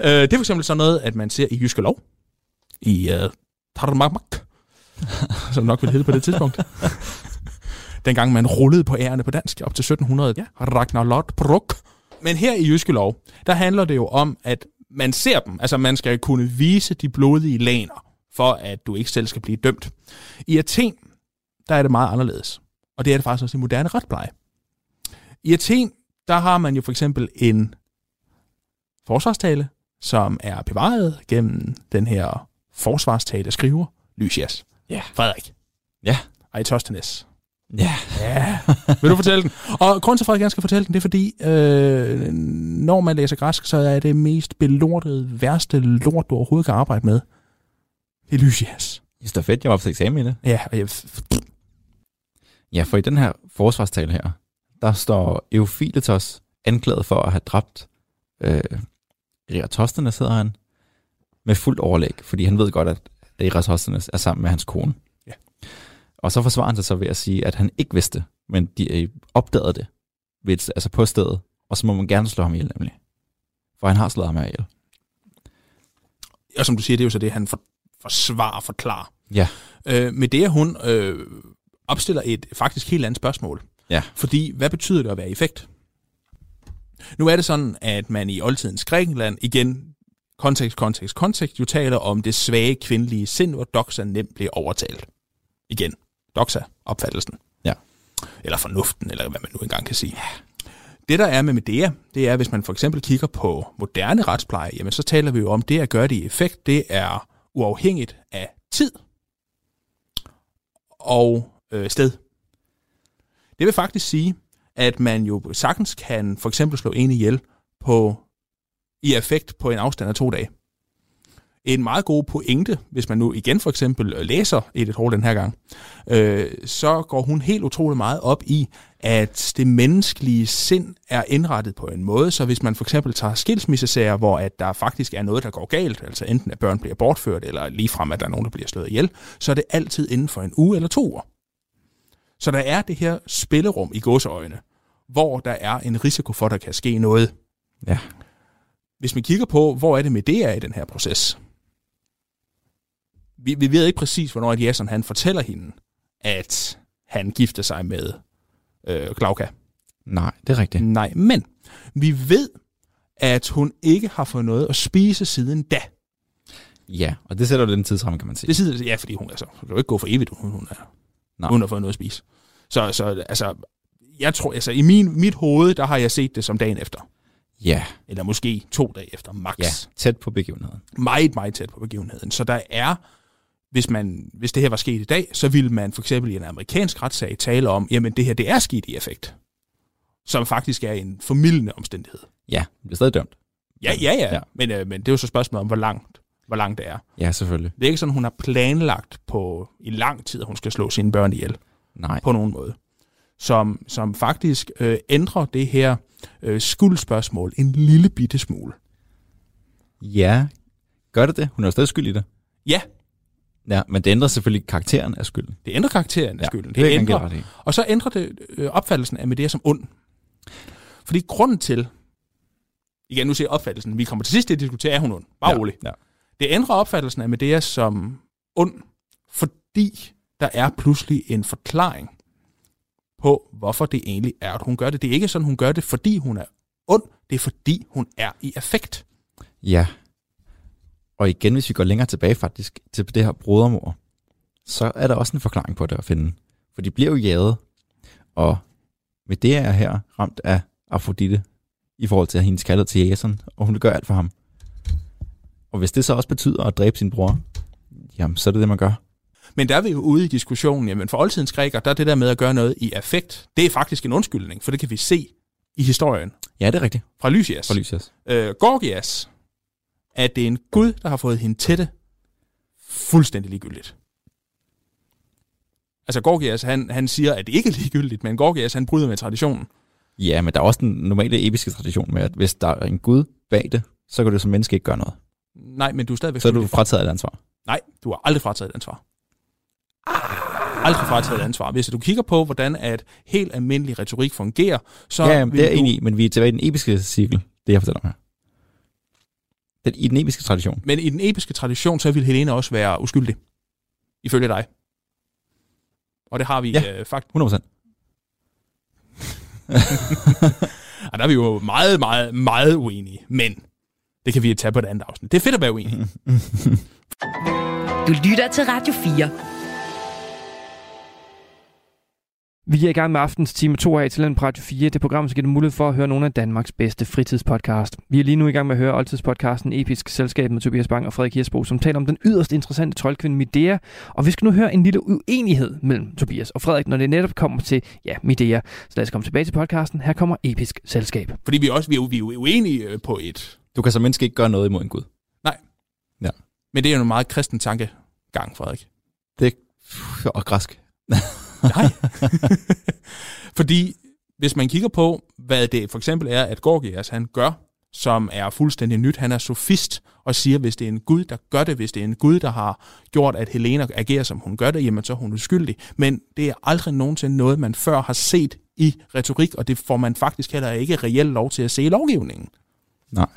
[SPEAKER 4] Øh, det er for eksempel sådan noget, at man ser i Jyske Lov, i øh, Tartamak, som nok ville hedde på det tidspunkt. Dengang man rullede på ærerne på dansk op til 1700. Ja. Ragnar Lodbrok. Men her i Jyske Lov, der handler det jo om, at man ser dem. Altså, man skal kunne vise de blodige laner, for at du ikke selv skal blive dømt. I Athen, der er det meget anderledes. Og det er det faktisk også i moderne retpleje. I Athen, der har man jo for eksempel en forsvarstale, som er bevaret gennem den her forsvarstale skriver, Lysias.
[SPEAKER 5] Ja.
[SPEAKER 4] Frederik.
[SPEAKER 5] Ja.
[SPEAKER 4] Ejtostenes.
[SPEAKER 5] Ja.
[SPEAKER 4] Ja. Vil du fortælle den? Og grunden til, at Frederik gerne skal fortælle den, det er fordi, øh, når man læser græsk, så er det mest belortede, værste lort, du overhovedet kan arbejde med. Det er Lysias.
[SPEAKER 5] Jeg synes, det er fedt, jeg var på eksamen i det.
[SPEAKER 4] Ja, og jeg,
[SPEAKER 5] Ja, for i den her forsvarstale her, der står Eufiletos anklaget for at have dræbt øh, Eratosthenes, hedder han, med fuldt overlæg, fordi han ved godt, at Eratosthenes er sammen med hans kone.
[SPEAKER 4] Ja.
[SPEAKER 5] Og så forsvarer han sig så ved at sige, at han ikke vidste, men de øh, opdagede det, ved, et- altså på stedet, og så må man gerne slå ham ihjel nemlig. For han har slået ham ihjel.
[SPEAKER 4] og som du siger, det er jo så det, han for, forsvarer og forklarer.
[SPEAKER 5] Ja.
[SPEAKER 4] Øh, med det, at hun øh, opstiller et faktisk helt andet spørgsmål.
[SPEAKER 5] Ja.
[SPEAKER 4] Fordi, hvad betyder det at være i effekt? Nu er det sådan, at man i oldtidens Grækenland, igen, kontekst, kontekst, kontekst, jo taler om det svage kvindelige sind, hvor doxa nemt bliver overtalt. Igen, doxa, opfattelsen.
[SPEAKER 5] Ja.
[SPEAKER 4] Eller fornuften, eller hvad man nu engang kan sige. Det, der er med Medea, det er, hvis man for eksempel kigger på moderne retspleje, jamen så taler vi jo om, det at gøre det i effekt, det er uafhængigt af tid og øh, sted. Det vil faktisk sige, at man jo sagtens kan for eksempel slå en ihjel på, i effekt på en afstand af to dage. En meget god pointe, hvis man nu igen for eksempel øh, læser Edith Hall den her gang, øh, så går hun helt utrolig meget op i, at det menneskelige sind er indrettet på en måde, så hvis man for eksempel tager skilsmissesager, hvor at der faktisk er noget, der går galt, altså enten at børn bliver bortført, eller ligefrem at der er nogen, der bliver slået ihjel, så er det altid inden for en uge eller to uger. Så der er det her spillerum i godseøjne, hvor der er en risiko for, at der kan ske noget.
[SPEAKER 5] Ja.
[SPEAKER 4] Hvis man kigger på, hvor er det med det er i den her proces? Vi, vi ved ikke præcis, hvornår at Jason han fortæller hende, at han gifter sig med øh, Glauka.
[SPEAKER 5] Nej, det er rigtigt.
[SPEAKER 4] Nej, men vi ved, at hun ikke har fået noget at spise siden da.
[SPEAKER 5] Ja, og det sætter jo den tidsramme, kan man sige.
[SPEAKER 4] Det sidder, ja, fordi hun, altså, hun kan jo ikke gå for evigt, hun, hun, er,
[SPEAKER 5] Nej.
[SPEAKER 4] hun har fået noget at spise. Så, så altså, jeg tror, altså, i min, mit hoved, der har jeg set det som dagen efter.
[SPEAKER 5] Ja,
[SPEAKER 4] Eller måske to dage efter, max.
[SPEAKER 5] ja, tæt på begivenheden.
[SPEAKER 4] Meget, meget tæt på begivenheden. Så der er, hvis, man, hvis det her var sket i dag, så ville man for eksempel i en amerikansk retssag tale om, jamen det her, det er sket i effekt. Som faktisk er en formidlende omstændighed.
[SPEAKER 5] Ja, det bliver stadig dømt.
[SPEAKER 4] Ja, ja, ja. ja.
[SPEAKER 5] Ja.
[SPEAKER 4] Men, øh, men det er jo så spørgsmålet om, hvor langt, hvor langt det er.
[SPEAKER 5] Ja, selvfølgelig.
[SPEAKER 4] Det er ikke sådan, hun har planlagt på i lang tid, at hun skal slå sine børn ihjel
[SPEAKER 5] Nej.
[SPEAKER 4] på nogen måde. Som, som faktisk øh, ændrer det her øh, skuldspørgsmål en lille bitte smule.
[SPEAKER 5] Ja, gør det det? Hun er jo stadig skyld i det.
[SPEAKER 4] Ja,
[SPEAKER 5] Ja, men det ændrer selvfølgelig karakteren af skylden.
[SPEAKER 4] det ændrer karakteren af
[SPEAKER 5] Ja,
[SPEAKER 4] skylden. Det,
[SPEAKER 5] det kan
[SPEAKER 4] det
[SPEAKER 5] jeg
[SPEAKER 4] ændrer,
[SPEAKER 5] give dig ret i.
[SPEAKER 4] og så ændrer det øh, opfattelsen af Medea som ond. Fordi grunden til, igen nu siger jeg opfattelsen, vi kommer til sidst til at diskutere, er hun ond? Bare
[SPEAKER 5] ja,
[SPEAKER 4] rolig.
[SPEAKER 5] Ja.
[SPEAKER 4] Det ændrer opfattelsen af Medea som ond, fordi der er pludselig en forklaring på, hvorfor det egentlig er, at hun gør det. Det er ikke sådan, hun gør det, fordi hun er ond. Det er, fordi hun er i affekt.
[SPEAKER 5] ja. Og igen, hvis vi går længere tilbage faktisk til det her brodermor, så er der også en forklaring på det at finde. For de bliver jo jaget, og med det er her ramt af Afrodite i forhold til hendes kaldhed til Jason, og hun vil gøre alt for ham. Og hvis det så også betyder at dræbe sin bror, jamen så er det det, man gør.
[SPEAKER 4] Men der er vi jo ude i diskussionen, jamen for oldtidens græker, der er det der med at gøre noget i affekt, det er faktisk en undskyldning, for det kan vi se i historien
[SPEAKER 5] Ja, det er rigtigt.
[SPEAKER 4] fra Lysias.
[SPEAKER 5] For Lysias.
[SPEAKER 4] øh, Gorgias, at det er en gud, der har fået hende til det. Fuldstændig ligegyldigt. Altså Gorgias, han, han siger, at det ikke er ligegyldigt, men Gorgias, han bryder med traditionen.
[SPEAKER 5] Ja, men der er også den normale episke tradition med, at hvis der er en gud bag det, så kan du som menneske ikke gøre noget.
[SPEAKER 4] Nej, men du er stadigvæk
[SPEAKER 5] Så er du
[SPEAKER 4] skyldig.
[SPEAKER 5] frataget et ansvar.
[SPEAKER 4] Nej, du har aldrig frataget et ansvar. Aldrig frataget et ansvar. Hvis du kigger på, hvordan at helt almindelig retorik fungerer, så
[SPEAKER 5] Ja, jamen, det er jeg
[SPEAKER 4] du...
[SPEAKER 5] enig i, men vi er tilbage i den episke cirkel, det jeg fortæller om her. Den, I den episke tradition.
[SPEAKER 4] Men i den episke tradition, så vil Helena også være uskyldig. Ifølge dig. Og det har vi ja.
[SPEAKER 5] Ja.
[SPEAKER 4] øh, faktisk...
[SPEAKER 5] 100%.
[SPEAKER 4] Og der er vi jo meget, meget, meget uenige. Men det kan vi tage på et andet afsnit. Det er fedt at være uenig.
[SPEAKER 2] Du lytter til Radio 4.
[SPEAKER 3] Vi er i gang med aftens time 2 af Talent på Radio 4, det program, som giver dig mulighed for at høre nogle af Danmarks bedste fritidspodcast. Vi er lige nu i gang med at høre oldtidspodcasten Episk Selskab med Tobias Bang og Frederik Hirsbo, som taler om den yderst interessante troldkvinde Medea. Og vi skal nu høre en lille uenighed mellem Tobias og Frederik, når det netop kommer til, ja, Medea. Så lad os komme tilbage til podcasten. Her kommer Episk Selskab.
[SPEAKER 4] Fordi vi er også vi er, jo- vi er jo uenige øh, på et...
[SPEAKER 5] Du kan som menneske ikke gøre noget imod en gud.
[SPEAKER 4] Men det er jo en meget kristen tankegang, Frederik.
[SPEAKER 5] Og græsk.
[SPEAKER 4] Nej. Fordi hvis man kigger på, hvad det for eksempel er, at Gorgias han gør, som er fuldstændig nyt, han er sofist og siger, hvis det er en Gud, der gør det, hvis det er en Gud, der har gjort, at Helena agerer, som hun gør det, jamen så er hun uskyldig. Men det er aldrig nogensinde noget, man før har set i retorik, og det får man faktisk heller ikke reelt lov til at se i lovgivningen.
[SPEAKER 5] Nej.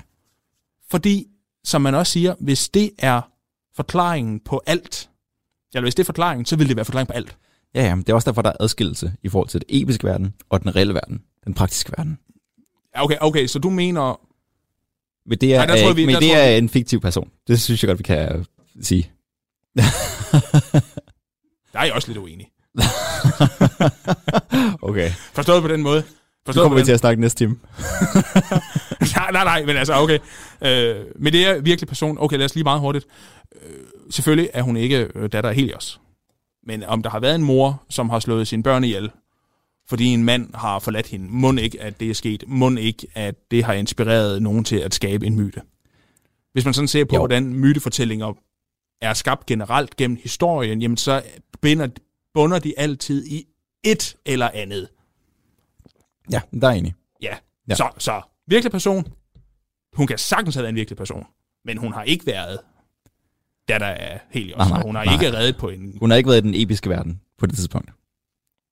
[SPEAKER 4] Fordi, som man også siger, hvis det er forklaringen på alt, eller hvis det er forklaringen, så vil det være forklaringen på alt.
[SPEAKER 5] Ja, ja, men det er også derfor, der er adskillelse i forhold til den episke verden og den reelle verden. Den praktiske verden.
[SPEAKER 4] Ja, Okay, okay, så du mener,
[SPEAKER 5] Men det er,
[SPEAKER 4] Nej, der tror
[SPEAKER 5] er-
[SPEAKER 4] vi-
[SPEAKER 5] men
[SPEAKER 4] der
[SPEAKER 5] det
[SPEAKER 4] tror
[SPEAKER 5] er en fiktiv person. Det synes jeg godt, vi kan øh, sige.
[SPEAKER 4] der er jeg også lidt uenig.
[SPEAKER 5] okay.
[SPEAKER 4] Forstået på den måde.
[SPEAKER 5] Så
[SPEAKER 4] Forstået på
[SPEAKER 5] kommer vi
[SPEAKER 4] den.
[SPEAKER 5] til at snakke næste time.
[SPEAKER 4] nej, nej, nej, men altså, okay. Øh, men det er virkelig person. Okay, lad os lige meget hurtigt. Øh, selvfølgelig er hun ikke øh, datter af Helios. Men om der har været en mor, som har slået sine børn ihjel, fordi en mand har forladt hende, må ikke, at det er sket. Må ikke, at det har inspireret nogen til at skabe en myte. Hvis man sådan ser på, jo.
[SPEAKER 5] Jo.
[SPEAKER 4] hvordan mytefortællinger er skabt generelt gennem historien, jamen så binder, bunder de altid i et eller andet.
[SPEAKER 5] Ja, der er jeg enig.
[SPEAKER 4] Ja. ja.
[SPEAKER 5] Ja.
[SPEAKER 4] Så, så virkelig person. Hun kan sagtens have været en virkelig person, men hun har ikke været datter af Helios.
[SPEAKER 5] Nej, nej,
[SPEAKER 4] og hun har
[SPEAKER 5] nej.
[SPEAKER 4] ikke reddet på en...
[SPEAKER 5] Hun har ikke været i den episke verden på det tidspunkt.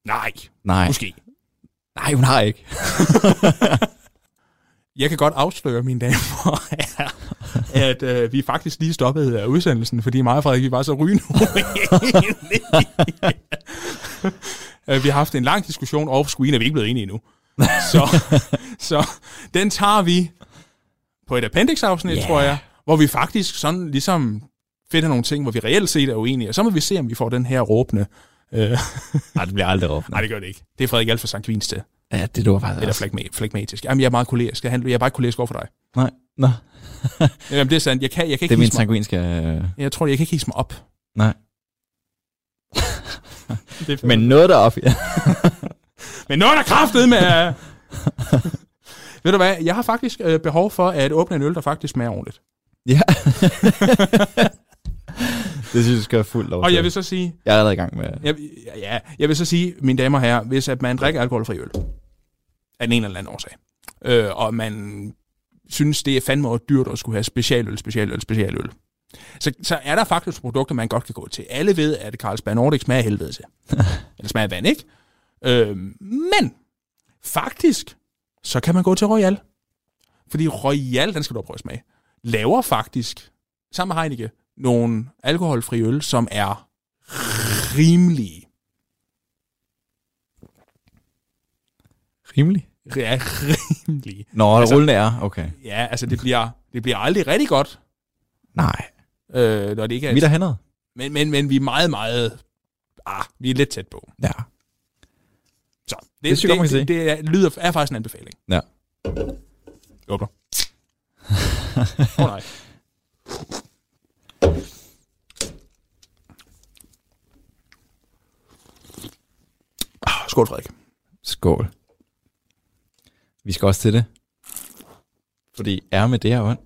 [SPEAKER 4] Nej,
[SPEAKER 5] Nej,
[SPEAKER 4] måske.
[SPEAKER 5] nej hun har ikke.
[SPEAKER 4] Jeg kan godt afsløre, mine damer og herrer, at øh, vi faktisk lige stoppede af udsendelsen, fordi mig og Frederik, vi var så rygende. uenige. Øh, vi har haft en lang diskussion off screen, og vi er ikke blevet enige endnu. Så, så den tager vi på et appendix-afsnit, yeah. tror jeg, hvor vi faktisk sådan ligesom finder nogle ting, hvor vi reelt set er uenige, og så må vi se, om vi får den her råbende. Øh,
[SPEAKER 5] Nej, det bliver aldrig råbt.
[SPEAKER 4] nej, det gør det ikke. Det er Frederik alt for Sankt Vins til.
[SPEAKER 5] Ja, det du faktisk
[SPEAKER 4] Eller flegma- flegmatisk. Jamen, jeg er meget kolerisk. Jeg handler- jeg er bare ikke kolerisk over for dig.
[SPEAKER 5] Nej, nå.
[SPEAKER 4] Jamen, det er sandt. Jeg kan, jeg kan ikke
[SPEAKER 5] Det er min
[SPEAKER 4] hisse mig.
[SPEAKER 5] sanguinske... øh,
[SPEAKER 4] Jeg tror, jeg kan ikke hisse mig op.
[SPEAKER 5] Nej.
[SPEAKER 4] Det
[SPEAKER 5] Men noget deroppe. Ja.
[SPEAKER 4] Men nu er der kraftet med... Ved du hvad, jeg har faktisk øh, behov for at åbne en øl, der faktisk smager ordentligt.
[SPEAKER 5] ja. det synes jeg skal være fuldt lov
[SPEAKER 4] Og
[SPEAKER 5] til.
[SPEAKER 4] jeg vil så sige,
[SPEAKER 5] jeg er allerede i gang med...
[SPEAKER 4] jeg, ja, jeg vil så sige, mine damer og herrer, hvis at man drikker alkoholfri øl, af den ene eller anden årsag, øh, og man synes, det er fandme også dyrt at skulle have specialøl, specialøl, specialøl, så, så er der faktisk produkter, man godt kan gå til. Alle ved, at Carlsberg Nordic smager af helvede til. Eller smager af vand, ikke? Øh, men faktisk, så kan man gå til Royal. Fordi Royal, den skal du prøve at smage, laver faktisk, sammen med Heineke, nogle alkoholfri øl, som er rimelige.
[SPEAKER 5] Rimelig.
[SPEAKER 4] Ja, rimelige.
[SPEAKER 5] Nå,
[SPEAKER 4] Altså-
[SPEAKER 5] altså, rullende er, okay.
[SPEAKER 4] Ja, altså det bliver, det bliver aldrig rigtig godt,
[SPEAKER 5] Nej,
[SPEAKER 4] øh, når det ikke er...
[SPEAKER 5] vi er derhenne.
[SPEAKER 4] Men, men, men vi er meget, meget... Ah, vi er lidt tæt på.
[SPEAKER 5] Ja.
[SPEAKER 4] Så det,
[SPEAKER 5] Det synes jeg godt, man
[SPEAKER 4] det,
[SPEAKER 5] kan
[SPEAKER 4] det, det er, lyder, er faktisk en anbefaling.
[SPEAKER 5] Ja.
[SPEAKER 4] Jeg åbner. Åh oh, nej. Ah, Skål, Frederik.
[SPEAKER 5] Skål. Vi skal også til det. Fordi er med det her ånd.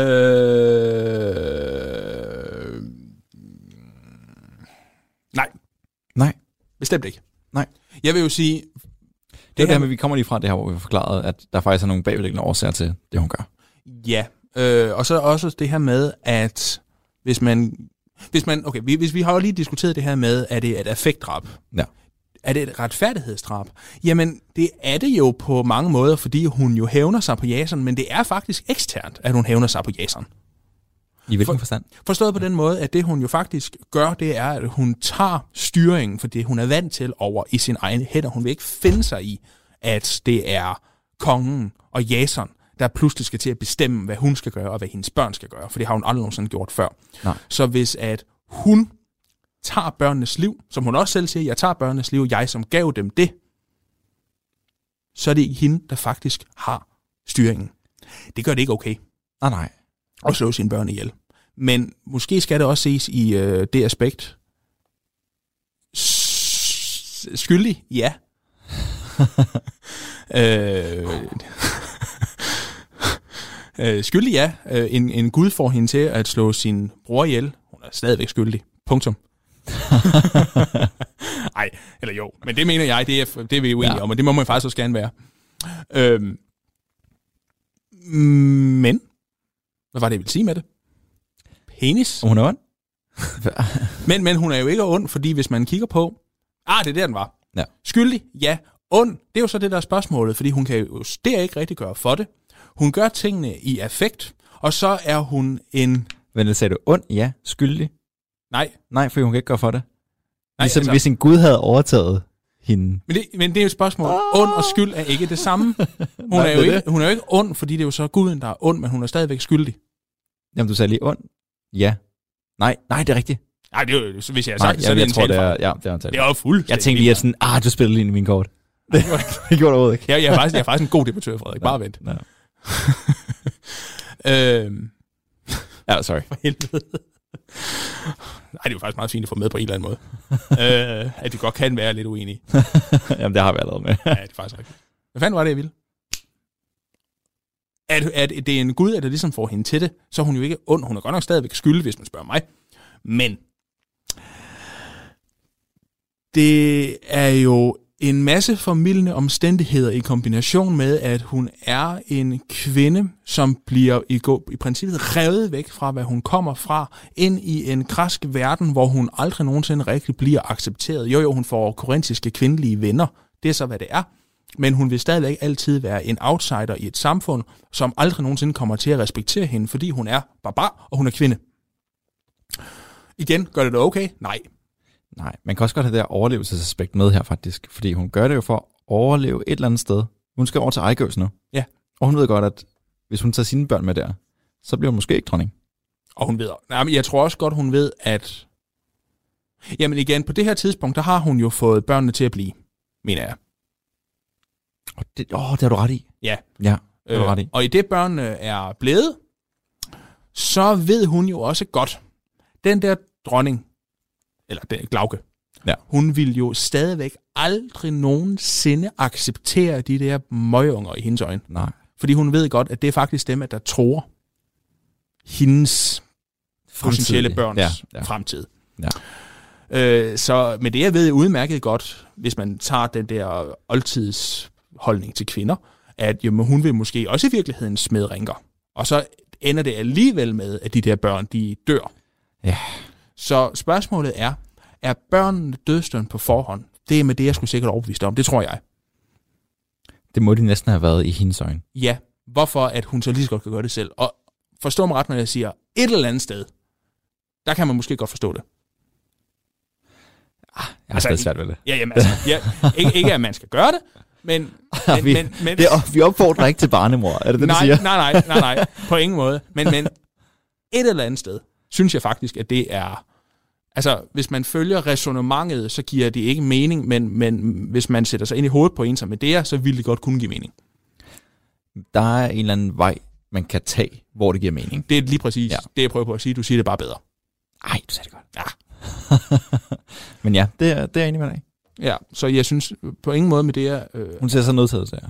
[SPEAKER 4] Øh... Bestemt ikke.
[SPEAKER 5] Nej.
[SPEAKER 4] Jeg vil jo sige,
[SPEAKER 5] Det er
[SPEAKER 4] her
[SPEAKER 5] det her med, at vi kommer lige fra det her, hvor vi har forklaret, at der faktisk er nogle bagvedliggende årsager til det, hun gør.
[SPEAKER 4] Ja, øh, og så også det her med, at hvis man... Hvis man okay, vi, hvis vi har jo lige diskuteret det her med, er det et affektdrab?
[SPEAKER 5] Ja.
[SPEAKER 4] Er det et retfærdighedsdrab? Jamen, det er det jo på mange måder, fordi hun jo hævner sig på Jason, men det er faktisk eksternt, at hun hævner sig på Jason.
[SPEAKER 5] I hvilken
[SPEAKER 4] For-
[SPEAKER 5] For... forstand?
[SPEAKER 4] Forstået på den måde, at det hun jo faktisk gør, det er, at hun tager styringen for det, hun er vant til over i sin egen hænder. Hun vil ikke finde sig i, at det er kongen og Jason, der pludselig skal til at bestemme, hvad hun skal gøre og hvad hendes børn skal gøre, for det har hun aldrig nogensinde gjort før.
[SPEAKER 5] Nej.
[SPEAKER 4] Så hvis at hun tager børnenes liv, som hun også selv siger, jeg tager børnenes liv, jeg som gav dem det, så er det hende, der faktisk har styringen. Det gør det ikke okay
[SPEAKER 5] Ah, Nej, nej.
[SPEAKER 4] og slå sine børn ihjel. Men måske skal det også ses i øh, det aspekt. S- skyldig? Ja. øh, øh, skyldig, ja. Øh, en, en gud får hende til at slå sin bror ihjel. Hun er stadigvæk skyldig. Punktum. Nej, eller jo. Men det mener jeg, det er, det er vi jo enige
[SPEAKER 5] Ja.
[SPEAKER 4] om, og det må man faktisk også gerne være. Øhm, men hvad var det, jeg ville sige med det? Penis.
[SPEAKER 5] Og hun er ond?
[SPEAKER 4] Men, men hun er jo ikke ond, fordi hvis man kigger på... Ah, det er der, den var.
[SPEAKER 5] Ja.
[SPEAKER 4] Skyldig? Ja. Ond? Det er jo så det, der er spørgsmålet, fordi hun kan jo det ikke rigtig gøre for det. Hun gør tingene i affekt, og så er hun en...
[SPEAKER 5] Men det sagde du ond, ja. Skyldig?
[SPEAKER 4] Nej,
[SPEAKER 5] Nej, for hun kan ikke gøre for det.
[SPEAKER 4] nej
[SPEAKER 5] ligesom altså... hvis en gud havde overtaget hende.
[SPEAKER 4] Men det, men det er jo et spørgsmål. Oh. Ond og skyld er ikke det samme. Hun,
[SPEAKER 5] Nej,
[SPEAKER 4] er jo
[SPEAKER 5] det er
[SPEAKER 4] ikke, hun er jo ikke ond, fordi det er jo så guden, der er ond, men hun er stadigvæk skyldig.
[SPEAKER 5] Jamen, du sagde lige ond. Ja. Nej, nej, det er rigtigt.
[SPEAKER 4] Nej, det er jo, hvis jeg har
[SPEAKER 5] Nej,
[SPEAKER 4] sagt det, så er
[SPEAKER 5] jamen,
[SPEAKER 4] det
[SPEAKER 5] jeg
[SPEAKER 4] en
[SPEAKER 5] tror, det
[SPEAKER 4] talefejl.
[SPEAKER 5] er, ja, det er en
[SPEAKER 4] Det
[SPEAKER 5] tale.
[SPEAKER 4] er jo fuldstændig.
[SPEAKER 5] Jeg tænkte lige, at sådan, ah, du spillede lige ind i min kort. det gjorde du overhovedet ikke.
[SPEAKER 4] Jeg, jeg, er faktisk, jeg er faktisk en god debattør, Frederik. Bare vent.
[SPEAKER 5] Ja,
[SPEAKER 4] Øhm,
[SPEAKER 5] ja sorry.
[SPEAKER 4] for helvede. Nej, det er jo faktisk meget fint at få med på en eller anden måde. øh, at vi godt kan være lidt uenige.
[SPEAKER 5] Jamen, det har vi allerede med.
[SPEAKER 4] Ja, det er faktisk rigtigt. Hvad fanden var det, jeg ville? At, at det er en gud, at det ligesom får hende til det, så er hun jo ikke ond. Hun er godt nok stadigvæk skyldig, hvis man spørger mig. Men det er jo en masse formidlende omstændigheder i kombination med, at hun er en kvinde, som bliver i, gå, i princippet revet væk fra, hvad hun kommer fra, ind i en krask verden, hvor hun aldrig nogensinde rigtig bliver accepteret. Jo, jo, hun får korintiske kvindelige venner. Det er så, hvad det er. Men hun vil stadigvæk altid være en outsider i et samfund, som aldrig nogensinde kommer til at respektere hende, fordi hun er barbar, og hun er kvinde. Igen, gør det det okay? Nej.
[SPEAKER 5] Nej, man kan også godt have det her overlevelsesaspekt med her faktisk, fordi hun gør det jo for at overleve et eller andet sted. Hun skal over til Ejgøs nu.
[SPEAKER 4] Ja.
[SPEAKER 5] Og hun ved godt, at hvis hun tager sine børn med der, så bliver hun måske ikke dronning.
[SPEAKER 4] Og hun ved, nej, men jeg tror også godt, hun ved, at... Jamen igen, på det her tidspunkt, der har hun jo fået børnene til at blive, mener jeg.
[SPEAKER 5] Åh, det, åh, det har du ret i. Øh,
[SPEAKER 4] Ja. øh,
[SPEAKER 5] Ja, det har du ret i.
[SPEAKER 4] og i det børnene er blevet, så ved hun jo også godt, den der dronning, eller den, Glauke,
[SPEAKER 5] Ja.
[SPEAKER 4] hun vil jo stadigvæk aldrig nogensinde acceptere de der møgunger i hendes øjne.
[SPEAKER 5] Nej.
[SPEAKER 4] Fordi hun ved godt, at det er faktisk dem, at der tror hendes potentielle børns
[SPEAKER 5] Ja,
[SPEAKER 4] ja.
[SPEAKER 5] ja.
[SPEAKER 4] fremtid.
[SPEAKER 5] Ja.
[SPEAKER 4] Øh, så, men det jeg ved udmærket godt, hvis man tager den der oldtids holdning til kvinder, at jamen, hun vil måske også i virkeligheden smede rinker. Og så ender det alligevel med, at de der børn, de dør.
[SPEAKER 5] Ja.
[SPEAKER 4] Så spørgsmålet er, er børnene dødstønd på forhånd? Det er med det, jeg skulle sikkert overbevist om. Det tror jeg.
[SPEAKER 5] Det må de næsten have været i hendes øjne.
[SPEAKER 4] ja, hvorfor at hun så lige så godt kan gøre det selv. Og forstå mig ret, når jeg siger et eller andet sted, der kan man måske godt forstå det.
[SPEAKER 5] Jeg har
[SPEAKER 4] Altså,
[SPEAKER 5] altså, stadig svært ved det.
[SPEAKER 4] Ja, jamen, altså, ja, ikke, ikke at man skal gøre det, men... men,
[SPEAKER 5] vi,
[SPEAKER 4] men, men
[SPEAKER 5] det er, vi opfordrer ikke til barnemor, er det det, du
[SPEAKER 4] nej,
[SPEAKER 5] siger?
[SPEAKER 4] nej, nej, nej, nej, på ingen måde. Men, men et eller andet sted, synes jeg faktisk, at det er... Altså, hvis man følger resonemanget, så giver det ikke mening, men, men hvis man sætter sig ind i hovedet på en som Medea, så ville det godt kunne give mening.
[SPEAKER 5] Der er en eller anden vej, man kan tage, hvor det giver mening.
[SPEAKER 4] Det er lige præcis ja.
[SPEAKER 5] Ja.
[SPEAKER 4] det, jeg prøver på at sige. Du siger det bare bedre.
[SPEAKER 5] Ej, du sagde det godt.
[SPEAKER 4] Ja.
[SPEAKER 5] Men ja, det er, det er jeg enig med dig. i.
[SPEAKER 4] Ja, så jeg synes på ingen måde med det her... Øh,
[SPEAKER 5] Hun ser så nødtaget til jer.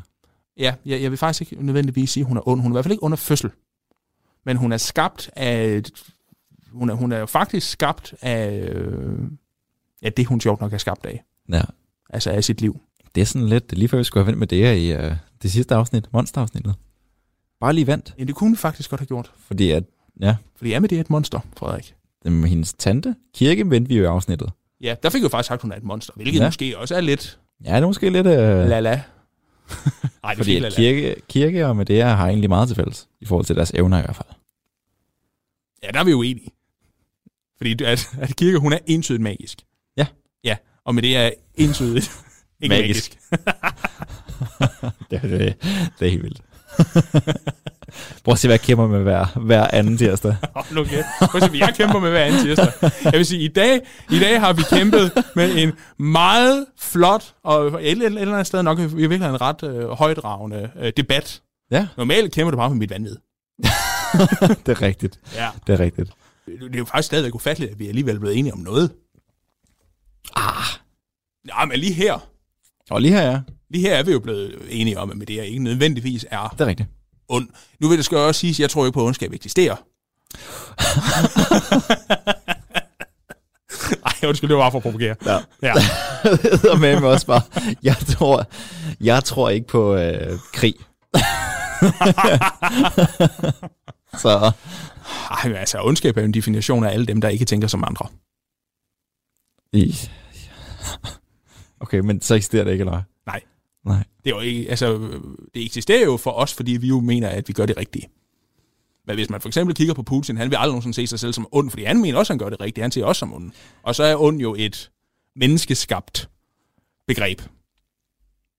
[SPEAKER 4] Ja, jeg, jeg vil faktisk ikke nødvendigvis sige, at hun er ond. Hun er i hvert fald ikke under fødsel. Men hun er skabt af... et- Hun er, hun er jo faktisk skabt af... øh, Ja, det hun sjovt nok er skabt af.
[SPEAKER 5] Ja,
[SPEAKER 4] altså af sit liv.
[SPEAKER 5] det er sådan lidt, det er lige før vi skulle have vendt med det her i øh, det sidste afsnit, monsterafsnittet. Bare lige vent,
[SPEAKER 4] Men det kunne vi faktisk godt have gjort,
[SPEAKER 5] fordi at
[SPEAKER 4] fordi Amelie er et monster, Frederik.
[SPEAKER 5] øhm, hendes tante, Kirke, vendte vi jo i afsnittet.
[SPEAKER 4] Ja, der fik vi jo faktisk sagt, at hun er et monster, hvilket ja.
[SPEAKER 5] Ja.
[SPEAKER 4] måske også er lidt
[SPEAKER 5] Ja, det er måske lidt... Øh,
[SPEAKER 4] la la. Nej, det er
[SPEAKER 5] fordi
[SPEAKER 4] ikke la
[SPEAKER 5] at
[SPEAKER 4] la.
[SPEAKER 5] kirke, kirke og Medea har egentlig meget til fælles, i forhold til deres evner i hvert fald.
[SPEAKER 4] Ja, der er vi jo enige. Fordi du- at, at kirke, hun er entydigt magisk.
[SPEAKER 5] Ja.
[SPEAKER 4] Ja, og med det er entydigt ikke magisk.
[SPEAKER 5] Magisk. Det, det, det er helt vildt. Prøv at se, hvad jeg kæmper med hver, hver anden tirsdag.
[SPEAKER 4] Hold nu kæft. Prøv at se, jeg kæmper med hver anden tirsdag. Jeg vil sige, i dag, i dag har vi kæmpet med en meget flot, og et eller et eller andet sted nok i virkeligheden en ret øh, højdragende øh, debat.
[SPEAKER 5] Ja.
[SPEAKER 4] Normalt kæmper du bare med mit vanvid.
[SPEAKER 5] Det er rigtigt.
[SPEAKER 4] Ja.
[SPEAKER 5] Det er rigtigt.
[SPEAKER 4] Det er jo faktisk stadigvæk ufatteligt, at vi alligevel er blevet enige om noget. Ah. Ja, men lige her,
[SPEAKER 5] Og lige her, ja.
[SPEAKER 4] lige her er vi jo blevet enige om, at med det her ikke nødvendigvis er
[SPEAKER 5] Det er rigtigt.
[SPEAKER 4] ond. Nu vil det skal også siges, at jeg tror ikke på, at ondskab eksisterer. Ej, undskyld, det var bare for at provokere.
[SPEAKER 5] Ja.
[SPEAKER 4] Ja.
[SPEAKER 5] Det med mig også bare. Jeg tror, jeg tror ikke på øh, krig. Så
[SPEAKER 4] Ej, men altså, ondskab er jo en definition af alle dem, der ikke tænker som andre.
[SPEAKER 5] I- Okay, men så eksisterer det ikke, eller hvad?
[SPEAKER 4] Nej.
[SPEAKER 5] Nej.
[SPEAKER 4] Det, er jo ikke, altså, øh, det eksisterer jo for os, fordi vi jo mener, at vi gør det rigtige. Men hvis man for eksempel kigger på Putin, han vil aldrig nogensinde se sig selv som ond, fordi han mener også, at han gør det rigtige. Han ser også som ond. Og så er ond jo et menneskeskabt begreb,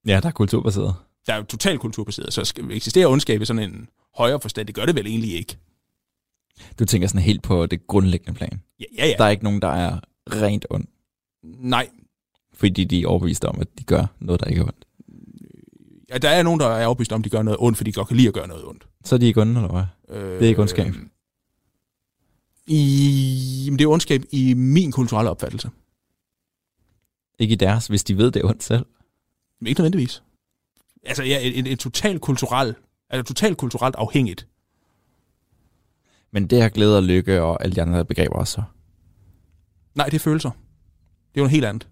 [SPEAKER 5] Ja, der er kulturbaseret.
[SPEAKER 4] der er jo totalt kulturbaseret. Så skal- eksisterer ondskab i sådan en højere forstand? Det gør det vel egentlig ikke.
[SPEAKER 5] Du tænker sådan helt på det grundlæggende plan.
[SPEAKER 4] Ja, ja. ja.
[SPEAKER 5] Der er ikke nogen, der er rent ond,
[SPEAKER 4] Nej,
[SPEAKER 5] fordi de er overbeviste om, at de gør noget, der ikke er ondt.
[SPEAKER 4] Ja, der er nogen, der er overbevist om, at de gør noget ondt, fordi de godt kan lide at gøre noget ondt.
[SPEAKER 5] Så er de ikke onde, eller hvad?
[SPEAKER 4] Øh,
[SPEAKER 5] Det er ikke ondskab.
[SPEAKER 4] I, men det er ondskab i min kulturelle opfattelse.
[SPEAKER 5] Ikke i deres, hvis de ved, det er ondt selv.
[SPEAKER 4] Men ikke nødvendigvis. Altså, ja, en, en, en total kulturel, altså totalt kulturelt afhængigt.
[SPEAKER 5] Men det her glæde og lykke og alle de andre begreber også. så.
[SPEAKER 4] Nej, det er følelser. Det er jo noget helt andet.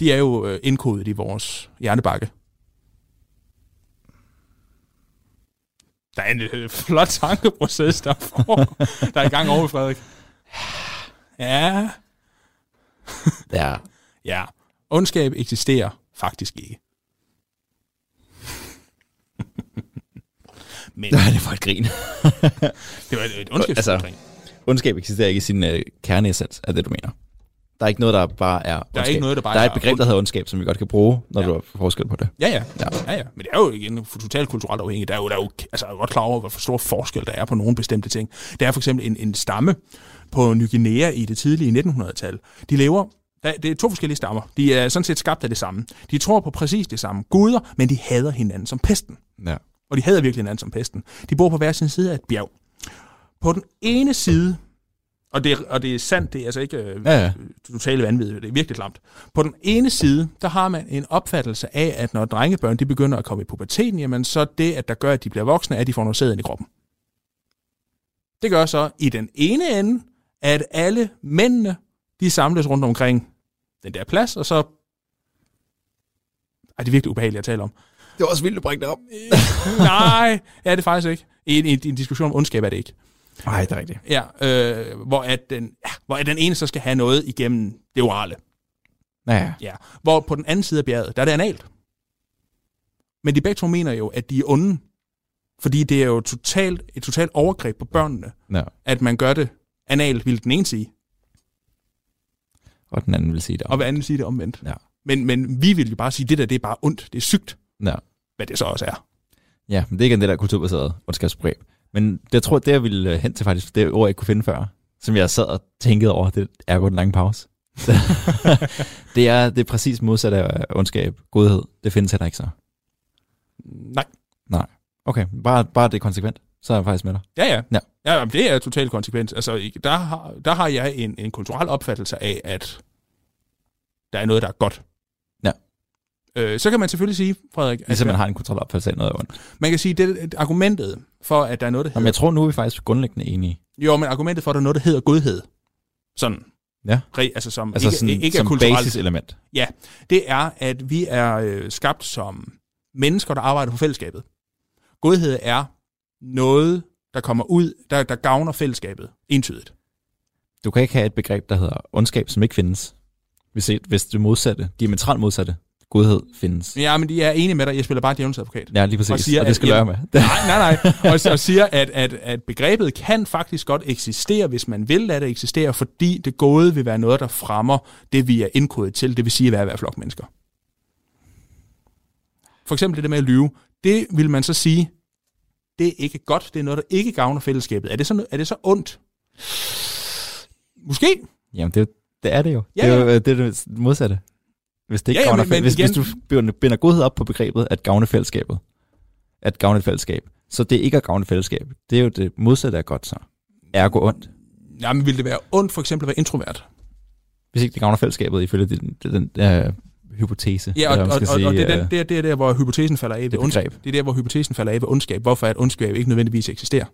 [SPEAKER 4] De er jo øh, indkodet i vores hjernebakke. Der er en øh, flot tankeproces, der, foregår. der er i gang over, Frederik. Ja,
[SPEAKER 5] Ja.
[SPEAKER 4] ja. Ondskab eksisterer faktisk ikke. Men
[SPEAKER 5] Nej, Altså- det var et grin.
[SPEAKER 4] det var et- et ondskabsudtryk.
[SPEAKER 5] Ondskab eksisterer ikke i sin øh, kerneessens, er det, du mener. Der er ikke noget, der bare er ondskab.
[SPEAKER 4] Der er ikke noget, der bare
[SPEAKER 5] der er et
[SPEAKER 4] er
[SPEAKER 5] begreb, der
[SPEAKER 4] ondt.
[SPEAKER 5] hedder ondskab, som vi godt kan bruge, når
[SPEAKER 4] Ja.
[SPEAKER 5] ja. du har forskel på det.
[SPEAKER 4] Ja, ja.
[SPEAKER 5] Ja.
[SPEAKER 4] ja, ja. Men det er jo igen totalt kulturelt afhængigt. Der er jo, der er jo altså, jeg er godt klar over, hvor stor forskel der er på nogle bestemte ting. Der er for eksempel en, en stamme på Ny Guinea i det tidlige 1900-tal. De lever der, det er to forskellige stammer. De er sådan set skabt af det samme. De tror på præcis det samme guder, men de hader hinanden som pesten.
[SPEAKER 5] Ja.
[SPEAKER 4] Og de hader virkelig hinanden som pesten. De bor på hver sin side af et bjerg. På den ene side, og det, er- og det er sandt, det er altså ikke øh,
[SPEAKER 5] Ja, ja.
[SPEAKER 4] totale vanvid. Det er virkelig klamt. På den ene side, der har man en opfattelse af, at når drengebørn de begynder at komme i puberteten, jamen så er det, at der gør, at de bliver voksne, er, at de får noget sæd ind i kroppen. Det gør så i den ene ende, at alle mændene, de samles rundt omkring den der plads, og så... Ej, det er virkelig ubehageligt at tale om.
[SPEAKER 5] Det var også vildt, du brændte op.
[SPEAKER 4] Nej, ja, det er faktisk ikke. En, en, en diskussion om ondskab er det ikke.
[SPEAKER 5] Nej, det er rigtigt.
[SPEAKER 4] Ja, øh, hvor, at den, ja, hvor at den ene så skal have noget igennem det orale.
[SPEAKER 5] Ja, ja.
[SPEAKER 4] Ja, hvor på den anden side af bjerget, der er det analt. Men de begge to mener jo, at de er onde. Fordi det er jo totalt, et totalt overgreb på børnene,
[SPEAKER 5] ja.
[SPEAKER 4] at man gør det analt, vil den ene sige,
[SPEAKER 5] Og den anden vil sige det.
[SPEAKER 4] og den anden sige det omvendt.
[SPEAKER 5] Ja.
[SPEAKER 4] Men, men vi vil jo bare sige, det der, det er bare ondt, det er sygt,
[SPEAKER 5] Ja.
[SPEAKER 4] hvad det så også er.
[SPEAKER 5] Ja, men det er igen det der kulturbaserede ondskabsbegreb. Men det, jeg tror, det jeg ville øh, hen til faktisk, det ord, jeg ikke kunne finde før, som jeg sad og tænkede over, det er jo den lange pause. Så- det, er, det er præcis modsat af øh, ondskab, godhed. Det findes heller ikke så.
[SPEAKER 4] Nej.
[SPEAKER 5] Okay, bare, bare det er konsekvent, så er jeg faktisk med dig. Ligesom
[SPEAKER 4] Ja, ja.
[SPEAKER 5] Ja.
[SPEAKER 4] ja jamen, det er totalt konsekvens. Altså, ikke- der har, der har jeg en, en kulturel opfattelse af, at der er noget, der er godt.
[SPEAKER 5] Ja.
[SPEAKER 4] Øh, så kan man selvfølgelig sige, Frederik,
[SPEAKER 5] Ligesom man har en kontrol op af noget af ondt.
[SPEAKER 4] Man kan sige, det er argumentet for, at der er noget, der
[SPEAKER 5] Nå, men
[SPEAKER 4] hedder...
[SPEAKER 5] jeg tror, nu er vi faktisk grundlæggende enige.
[SPEAKER 4] Jo, men argumentet for, at der er noget, der hedder godhed. Sådan.
[SPEAKER 5] Ja.
[SPEAKER 4] Re, altså som
[SPEAKER 5] Altså
[SPEAKER 4] ikke,
[SPEAKER 5] sådan,
[SPEAKER 4] ikke er
[SPEAKER 5] som
[SPEAKER 4] kulturelt.
[SPEAKER 5] basiselement.
[SPEAKER 4] Ja, det er, at vi er øh, skabt som mennesker, der arbejder for fællesskabet. Godhed er noget, der kommer ud, der, der gavner fællesskabet entydigt.
[SPEAKER 5] Du kan ikke have et begreb, der hedder ondskab, som ikke findes. Hvis, et, hvis det modsatte, diametralt modsatte, godhed findes.
[SPEAKER 4] Ja, men de er enige med dig. Jeg spiller bare djævelens advokat.
[SPEAKER 5] Ja, lige præcis.
[SPEAKER 4] Og
[SPEAKER 5] Og,
[SPEAKER 4] siger,
[SPEAKER 5] siger, og
[SPEAKER 4] at-
[SPEAKER 5] det skal du
[SPEAKER 4] ja.
[SPEAKER 5] lade være med.
[SPEAKER 4] Nej, nej, nej. Og, så- og siger, at, at, at begrebet kan faktisk godt eksistere, hvis man vil lade det eksistere, fordi det gode vil være noget, der fremmer det, vi er indkodet til, det vil sige at være, at være flokmennesker. For eksempel det der med at lyve. Det vil man så sige, det er ikke godt, det er noget, der ikke gavner fællesskabet. Er det så, er det så ondt? Måske.
[SPEAKER 5] Jamen, det, det er det jo.
[SPEAKER 4] Ja,
[SPEAKER 5] det, er jo øh, det, er det modsatte. Hvis, det
[SPEAKER 4] Ja,
[SPEAKER 5] ikke
[SPEAKER 4] ja,
[SPEAKER 5] ja, gavner,
[SPEAKER 4] men-
[SPEAKER 5] men,
[SPEAKER 4] men
[SPEAKER 5] hvis, hvis
[SPEAKER 4] igen-
[SPEAKER 5] du binder- binder godhed op på begrebet at gavne fællesskabet, at gavne et fællesskab, så det ikke at gavne fællesskab, det er jo det modsatte af godt så. Ergo ondt.
[SPEAKER 4] Jamen, ville det være ondt for eksempel at være introvert?
[SPEAKER 5] Hvis ikke det gavner fællesskabet, ifølge den, den, den øh, hypotese.
[SPEAKER 4] Ja, og,
[SPEAKER 5] eller
[SPEAKER 4] og,
[SPEAKER 5] hvad
[SPEAKER 4] og,
[SPEAKER 5] man skal
[SPEAKER 4] og det, er
[SPEAKER 5] øh,
[SPEAKER 4] den, det, er, det er der, hvor hypotesen falder af ved
[SPEAKER 5] begreb.
[SPEAKER 4] ondskab. Det er der, hvor hypotesen falder af ved ondskab. Hvorfor at ondskab ikke nødvendigvis eksisterer.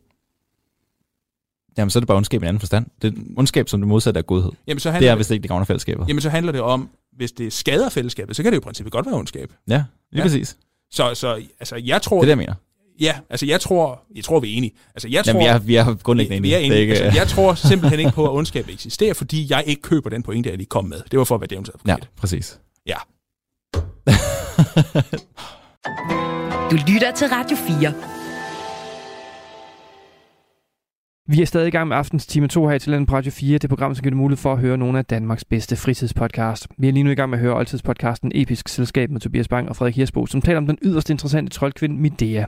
[SPEAKER 5] Jamen, så er det bare ondskab i en anden forstand. Det er ondskab, som det modsatte af godhed.
[SPEAKER 4] Jamen, så handler
[SPEAKER 5] Det er, hvis det ikke det gavner fællesskabet.
[SPEAKER 4] Jamen så handler det om, hvis det skader fællesskabet, så kan det jo i princippet godt være ondskab.
[SPEAKER 5] Ja, lige
[SPEAKER 4] Ja.
[SPEAKER 5] ja. præcis. Det
[SPEAKER 4] Så, så altså, jeg tror,
[SPEAKER 5] er det, jeg mener.
[SPEAKER 4] ja, altså jeg tror, jeg tror, vi er enige. Altså jeg tror,
[SPEAKER 5] Jamen, vi er, vi er grundlæggende
[SPEAKER 4] vi, vi er enige.
[SPEAKER 5] Det er ikke,
[SPEAKER 4] altså, jeg tror simpelthen ikke på, at ondskab eksisterer, fordi jeg ikke køber den pointe, jeg lige kom med. Det var for at være dævnens
[SPEAKER 5] Ja,
[SPEAKER 4] advokat.
[SPEAKER 5] præcis.
[SPEAKER 4] Ja.
[SPEAKER 2] Du lytter til Radio 4.
[SPEAKER 3] Vi er stadig i gang med aftens time 2 her i Tillandet på Radio 4, det program, som giver dig mulighed for at høre nogle af Danmarks bedste fritidspodcast. Vi er lige nu i gang med at høre oldtidspodcasten Episk Selskab med Tobias Bang og Frederik Hirsbo, som taler om den yderst interessante troldkvinde Medea.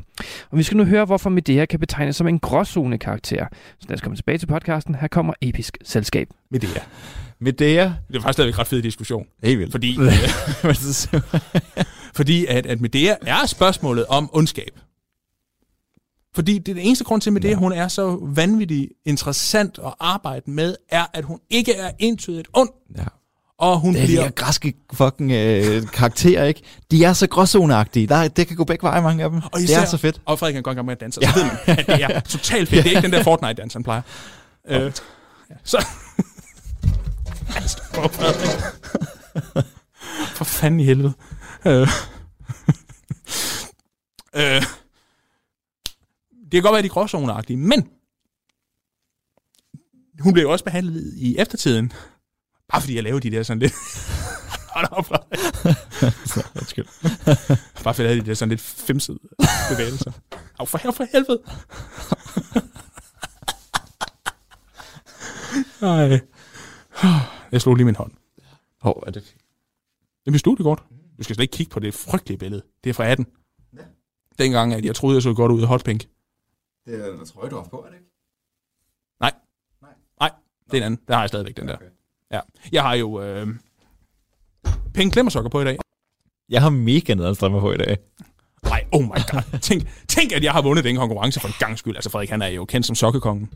[SPEAKER 3] Og vi skal nu høre, hvorfor Medea kan betegnes som en gråzone karakter. Så lad os komme tilbage til podcasten. Her kommer Episk Selskab.
[SPEAKER 4] Med det her.
[SPEAKER 5] Medea.
[SPEAKER 4] Det er faktisk stadigvæk en ret fed diskussion.
[SPEAKER 5] Helt vildt.
[SPEAKER 4] Fordi, øh, fordi at, at Medea er spørgsmålet om ondskab. Fordi det er den eneste grund til, at Medea, hun er så vanvittigt interessant at arbejde med, er, at hun ikke er entydigt ond.
[SPEAKER 5] ja.
[SPEAKER 4] Og hun
[SPEAKER 5] Det er de
[SPEAKER 4] bliver...
[SPEAKER 5] her græske fucking øh, karakterer, ikke? De er så gråzoneagtige. Der, det kan gå begge veje, mange af dem. Og det er så fedt.
[SPEAKER 4] Mm. Og Frederik er godt i gang med at danse, så ved man, at det er totalt fedt. Det er ikke den der Fortnite-dans, han plejer. Øh, ja. Så... Altså, for Frederik. For fanden i helvede. Øh. Øh. Det kan godt være, at de er gråzoneagtige, men hun blev jo også behandlet i eftertiden. Bare fordi jeg laver de der sådan lidt... Hold op, Frederik.
[SPEAKER 5] Undskyld.
[SPEAKER 4] Bare fordi jeg havde de der sådan lidt femsede bevægelser. Au, for, her, for helvede. Nej. Jeg slog lige min hånd.
[SPEAKER 5] Hov, er det
[SPEAKER 4] Det er mit studiekort. Du skal slet ikke kigge på det frygtelige billede. Det er fra 18. Dengang, at jeg troede, jeg så godt ud i hotpink.
[SPEAKER 5] Det er en trøje, du har på, er det ikke?
[SPEAKER 4] Nej, det er en anden. Der har jeg stadigvæk den der. Ja. Jeg har jo øh, pink klemmersokker på i dag.
[SPEAKER 5] Jeg har mega nedadstrømmer på i dag.
[SPEAKER 4] Nej, oh my god. Tænk, tænk, at jeg har vundet den konkurrence for en gang skyld. Altså Frederik, han er jo kendt som sokkekongen.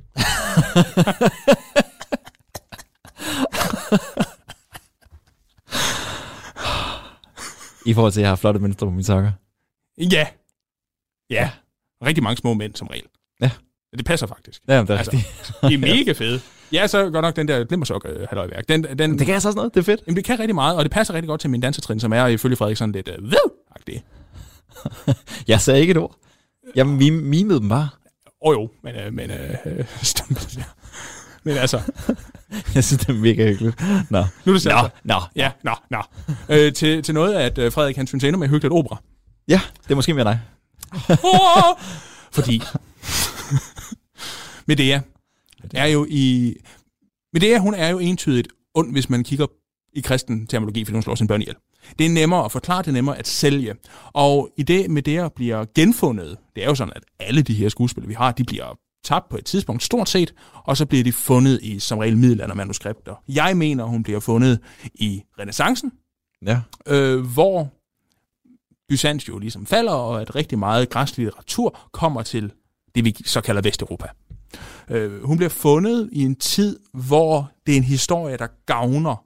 [SPEAKER 5] I forhold til, at jeg har flotte mønstre på mine sokker.
[SPEAKER 4] Ja. Ja. Rigtig mange små mænd som regel.
[SPEAKER 5] Ja.
[SPEAKER 4] Det passer faktisk.
[SPEAKER 5] Ja, det er
[SPEAKER 4] Altså.
[SPEAKER 5] altså. rigtigt.
[SPEAKER 4] De er mega fede. Ja, så godt nok den der glimmersok øh, halløjværk. Den, den,
[SPEAKER 5] Det kan jeg så også noget. Det er fedt.
[SPEAKER 4] Jamen, det kan rigtig meget, og det passer rigtig godt til min dansetrin, som er ifølge Frederik sådan lidt øh, ved
[SPEAKER 5] Jeg sagde ikke et ord. Jeg mim- mimede dem bare.
[SPEAKER 4] Åh oh, jo, men, øh, men øh, øh, stampe- ja. Men altså,
[SPEAKER 5] Jeg synes, det er mega hyggeligt. Nå,
[SPEAKER 4] nu er det
[SPEAKER 5] nå,
[SPEAKER 4] sandt.
[SPEAKER 5] nå.
[SPEAKER 4] Ja, nå, nå. Øh, til, til noget, at øh, Frederik han synes endnu mere hyggeligt opera.
[SPEAKER 5] Ja, det er måske mere dig.
[SPEAKER 4] Åh! Fordi Medea er jo i... Medea, hun er jo entydigt ond, hvis man kigger i kristen terminologi, fordi hun slår sine børn ihjel. Det er nemmere at forklare, det er nemmere at sælge. Og i det Medea bliver genfundet, det er jo sådan, at alle de her skuespil, vi har, de bliver tabt på et tidspunkt, stort set, og så bliver de fundet i som regel middelaldermanuskripter. Jeg mener, hun bliver fundet i renaissancen,
[SPEAKER 5] Ja.
[SPEAKER 4] øh, hvor Byzans jo ligesom falder, og at rigtig meget græsk litteratur kommer til det, vi så kalder Vesteuropa. Øh, hun bliver fundet i en tid, hvor det er en historie, der gavner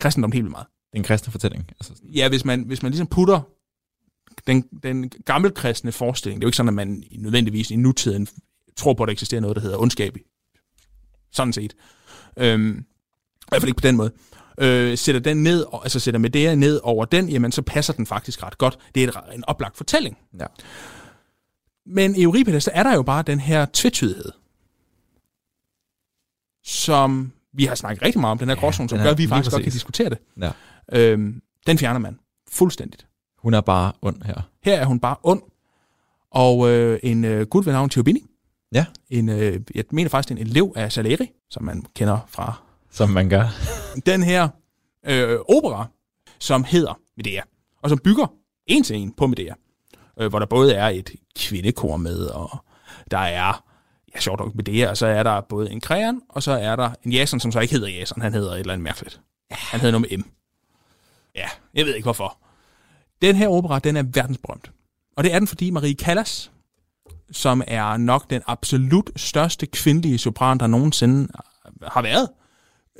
[SPEAKER 4] kristendommen helt vildt meget.
[SPEAKER 5] Det er en kristen fortælling. Altså,
[SPEAKER 4] Ja, hvis man, hvis man ligesom putter den, den gammelkristne forestilling, det er jo ikke sådan, at man nødvendigvis i nutiden tror på, at der eksisterer noget, der hedder ondskab. Sådan set. Øhm, I hvert fald ikke på den måde. Øh, sætter den ned, og- altså sætter Medea ned over den, jamen så passer den faktisk ret godt. Det er et- en oplagt fortælling.
[SPEAKER 5] Ja.
[SPEAKER 4] Men i Euripides, der er der jo bare den her tvetydighed, som vi har snakket rigtig meget om, den her gråzone, som
[SPEAKER 5] den
[SPEAKER 4] gør,
[SPEAKER 5] er-
[SPEAKER 4] at vi
[SPEAKER 5] lige
[SPEAKER 4] faktisk godt kan
[SPEAKER 5] præcis.
[SPEAKER 4] diskutere det.
[SPEAKER 5] ja.
[SPEAKER 4] Øhm, den fjerner man fuldstændigt.
[SPEAKER 5] Hun er bare ond her.
[SPEAKER 4] Her er hun bare ond. Og øh, en øh, gut ved navn Theobini,
[SPEAKER 5] Ja.
[SPEAKER 4] en, øh, jeg mener faktisk en elev af Salieri, som man kender fra
[SPEAKER 5] Som man gør.
[SPEAKER 4] den her øh, opera, som hedder Medea, og som bygger en til en på Medea, øh, hvor der både er et kvindekor med, og der er, ja sjovt nok Medea, og så er der både en kræan, og så er der en jason, som så ikke hedder jason, han hedder et eller andet mærkeligt. Han hedder noget med M. Ja, jeg ved ikke hvorfor. Den her opera, den er verdensberømt. Og det er den, fordi Marie Callas, som er nok den absolut største kvindelige sopran, der nogensinde har været,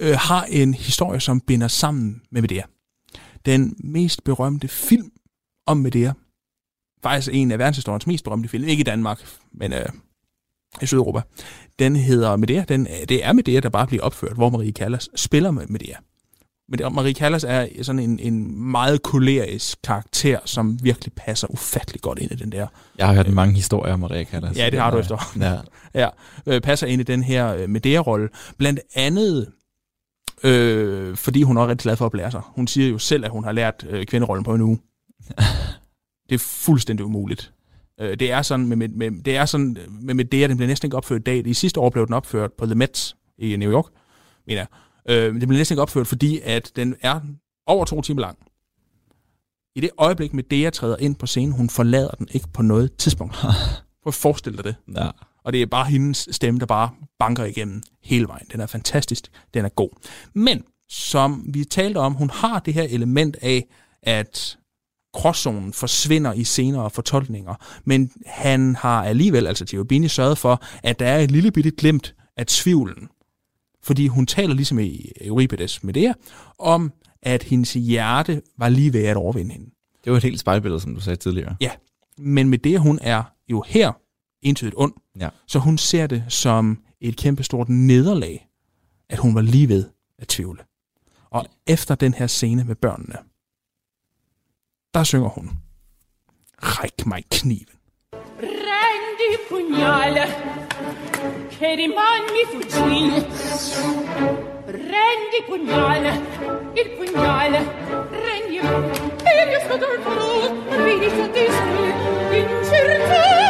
[SPEAKER 4] øh, har en historie, som binder sammen med Medea. Den mest berømte film om Medea, faktisk en af verdenshistoriens mest berømte film, ikke i Danmark, men øh, i Sydeuropa, den hedder Medea. Den, øh, det er Medea, der bare bliver opført, hvor Marie Callas spiller med Medea. Men det- Marie Callas er sådan en, en meget kolerisk karakter, som virkelig passer ufattelig godt ind i den der
[SPEAKER 5] Jeg har hørt mange historier om Maria Callas.
[SPEAKER 4] Ja, det har du efterhånden.
[SPEAKER 5] Ja.
[SPEAKER 4] ja, øh, passer ind i den her øh, Medea-rolle. Blandt andet, øh, fordi hun er rigtig glad for at blære sig. Hun siger jo selv, at hun har lært øh, kvinderollen på en uge. det er fuldstændig umuligt. Øh, det er sådan med, med, med, det er sådan øh, med Medea, den bliver næsten ikke opført i dag. I sidste år blev den opført på The Met i New York, mener jeg. Øh, men det blev næsten ikke opført, fordi at den er over to timer lang. I det øjeblik, Medea træder ind på scenen, hun forlader den ikke på noget tidspunkt. Prøv at forestille dig det.
[SPEAKER 5] ja.
[SPEAKER 4] Og det er bare hendes stemme, der bare banker igennem hele vejen. Den er fantastisk. Den er god. Men, som vi talte om, hun har det her element af, at gråzonen forsvinder i senere fortolkninger. Men han har alligevel, altså Giovanni, sørget for, at der er et lille bitte glimt af tvivlen. Fordi hun taler ligesom i Euripides Medea, om at hendes hjerte var lige ved at overvinde hende.
[SPEAKER 5] Det var et helt spejlbillede, som du sagde tidligere.
[SPEAKER 4] Ja, men med det, hun er jo her entydigt ond,
[SPEAKER 5] Ja.
[SPEAKER 4] så hun ser det som et kæmpestort nederlag, at hun var lige ved at tvivle. Og efter den her scene med børnene, der synger hun, Ræk mig kniven.
[SPEAKER 6] Prendi il pugnale che rimani fucile. Prendi il pugnale, il pugnale, prendi figlio spadolfo, vini sottismi in certezza.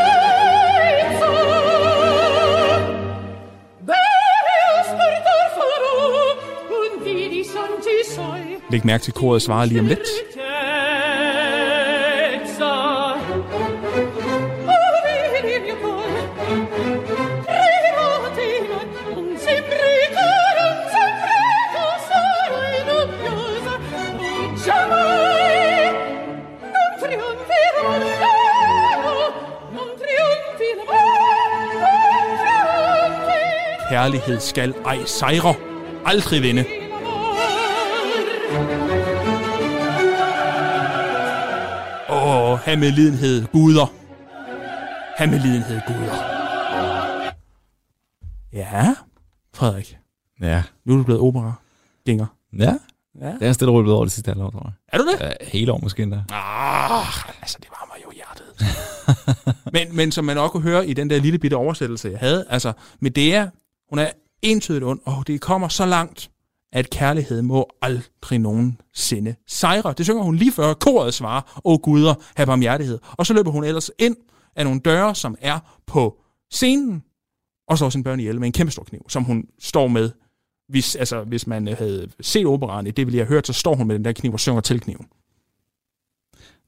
[SPEAKER 6] Beus spadolfo, un vini santi soi.
[SPEAKER 4] Læg mærke til koret svarer lige om lidt.
[SPEAKER 6] Certezza.
[SPEAKER 4] Kærlighed skal ej sejre, aldrig vinde. Åh, have med lidenhed, guder. Have med lidenhed, guder. Ja, Frederik.
[SPEAKER 5] Ja.
[SPEAKER 4] Nu er du blevet opera-gænger.
[SPEAKER 5] Ja.
[SPEAKER 4] Ja.
[SPEAKER 5] Det er stille og roligt blevet over det sidste halvår, tror jeg.
[SPEAKER 4] Er du det?
[SPEAKER 5] Ja, hele år måske endda.
[SPEAKER 4] Ah, altså, det varmer jo hjertet. men, men som man også kunne høre i den der lille bitte oversættelse, jeg havde, altså, Medea, hun er entydigt ond, og det kommer så langt, at kærlighed må aldrig nogensinde sejre. Det synger hun lige før koret svarer, åh guder, have barmhjertighed. Og så løber hun ellers ind af nogle døre, som er på scenen, og slår sin børn ihjel med en kæmpe stor kniv, som hun står med. Hvis, altså, hvis man øh, havde set operaen i det, vi lige har hørt, så står hun med den der kniv og synger til kniven.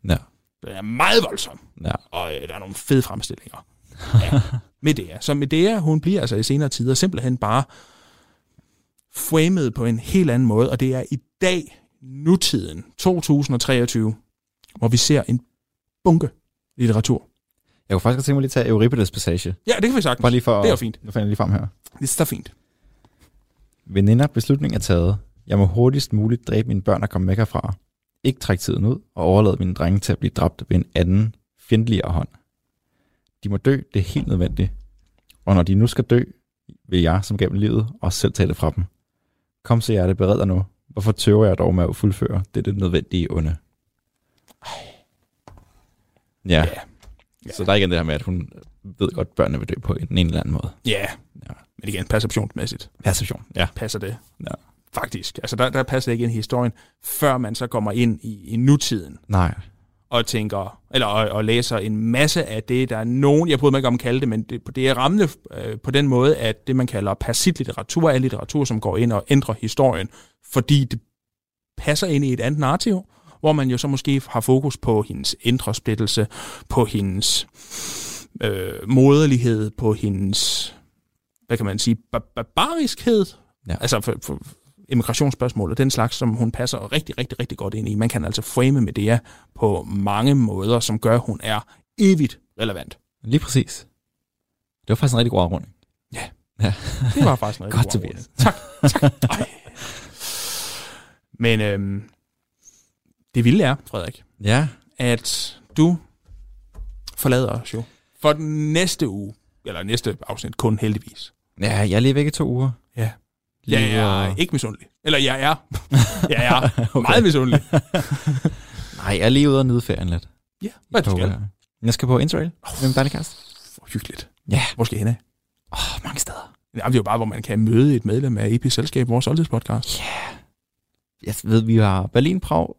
[SPEAKER 5] Ja.
[SPEAKER 4] Den er meget voldsom,
[SPEAKER 5] Ja.
[SPEAKER 4] og øh, der er nogle fede fremstillinger. Ja, Medea. Så Medea, hun bliver altså i senere tider simpelthen bare framed på en helt anden måde, og det er i dag, nutiden, 2023, hvor vi ser en bunke litteratur.
[SPEAKER 5] Jeg kunne faktisk godt tænke mig lige at tage Euripides passage.
[SPEAKER 4] Ja, det kan vi sagtens.
[SPEAKER 5] Bare lige for
[SPEAKER 4] Det er jo fint.
[SPEAKER 5] Nu fandt jeg lige frem her.
[SPEAKER 4] Det er så fint.
[SPEAKER 5] Veninder, beslutningen er taget. Jeg må hurtigst muligt dræbe mine børn og komme væk herfra. Ikke trække tiden ud og overlade mine drenge til at blive dræbt ved en anden, fjendtligere hånd. De må dø, det er helt nødvendigt. Og når de nu skal dø, vil jeg, som gav dem livet, også selv tage det fra dem. Kom så hjerte, bered dig nu. Hvorfor tøver jeg dog med at fuldføre? Det er det nødvendige onde. Ja. ja. Så der er igen det her med, at hun ved godt, at børnene vil dø på en, en eller anden måde.
[SPEAKER 4] Ja,
[SPEAKER 5] Ja.
[SPEAKER 4] men igen, perceptionsmæssigt
[SPEAKER 5] Perception, ja.
[SPEAKER 4] passer det.
[SPEAKER 5] Ja.
[SPEAKER 4] Faktisk. Altså, der, der passer det ikke ind i historien, før man så kommer ind i, i nutiden
[SPEAKER 5] Nej.
[SPEAKER 4] og tænker, eller og, og læser en masse af det, der er nogen, jeg bryder mig ikke om at kalde det, men det, det er rammende øh, på den måde, at det man kalder persitlitteratur er litteratur, som går ind og ændrer historien, fordi det passer ind i et andet narrativ, hvor man jo så måske har fokus på hendes indre splittelse, på hendes øh, moderlighed, på hendes, hvad kan man sige, ba- barbariskhed,
[SPEAKER 5] Ja.
[SPEAKER 4] ja. altså for, for immigrationsspørgsmål og den slags, som hun passer rigtig, rigtig, rigtig godt ind i. Man kan altså frame med det på mange måder, som gør, at hun er evigt relevant.
[SPEAKER 5] Lige præcis. Det var faktisk en rigtig god afrunding.
[SPEAKER 4] Det var faktisk en rigtig
[SPEAKER 5] Godt,
[SPEAKER 4] god
[SPEAKER 5] Tobias.
[SPEAKER 4] afrunding. Tak, tak. Ej. Men øhm, det vilde er, Frederik,
[SPEAKER 5] Ja.
[SPEAKER 4] at du forlader os jo for den næste uge, eller næste afsnit kun heldigvis.
[SPEAKER 5] Ja, jeg er lige væk i to uger.
[SPEAKER 4] Ja.
[SPEAKER 5] Lige
[SPEAKER 4] Jeg er
[SPEAKER 5] og-
[SPEAKER 4] ikke misundelig. Eller jeg er. Jeg er okay. meget misundelig.
[SPEAKER 5] Nej, jeg er lige ude og nyde ferien lidt.
[SPEAKER 4] Ja, hvad du
[SPEAKER 5] Jeg
[SPEAKER 4] skal.
[SPEAKER 5] håber, jeg- Jeg skal på Interrail med min dejlige kæreste.
[SPEAKER 4] For hyggeligt.
[SPEAKER 5] Ja.
[SPEAKER 4] Hvor skal I hen af?
[SPEAKER 5] Åh, mange steder.
[SPEAKER 4] Ja, det er jo bare, hvor man kan møde et medlem af EP Selskab, vores oldtidspodcast.
[SPEAKER 5] Jeg ved, vi har Berlin, Prag,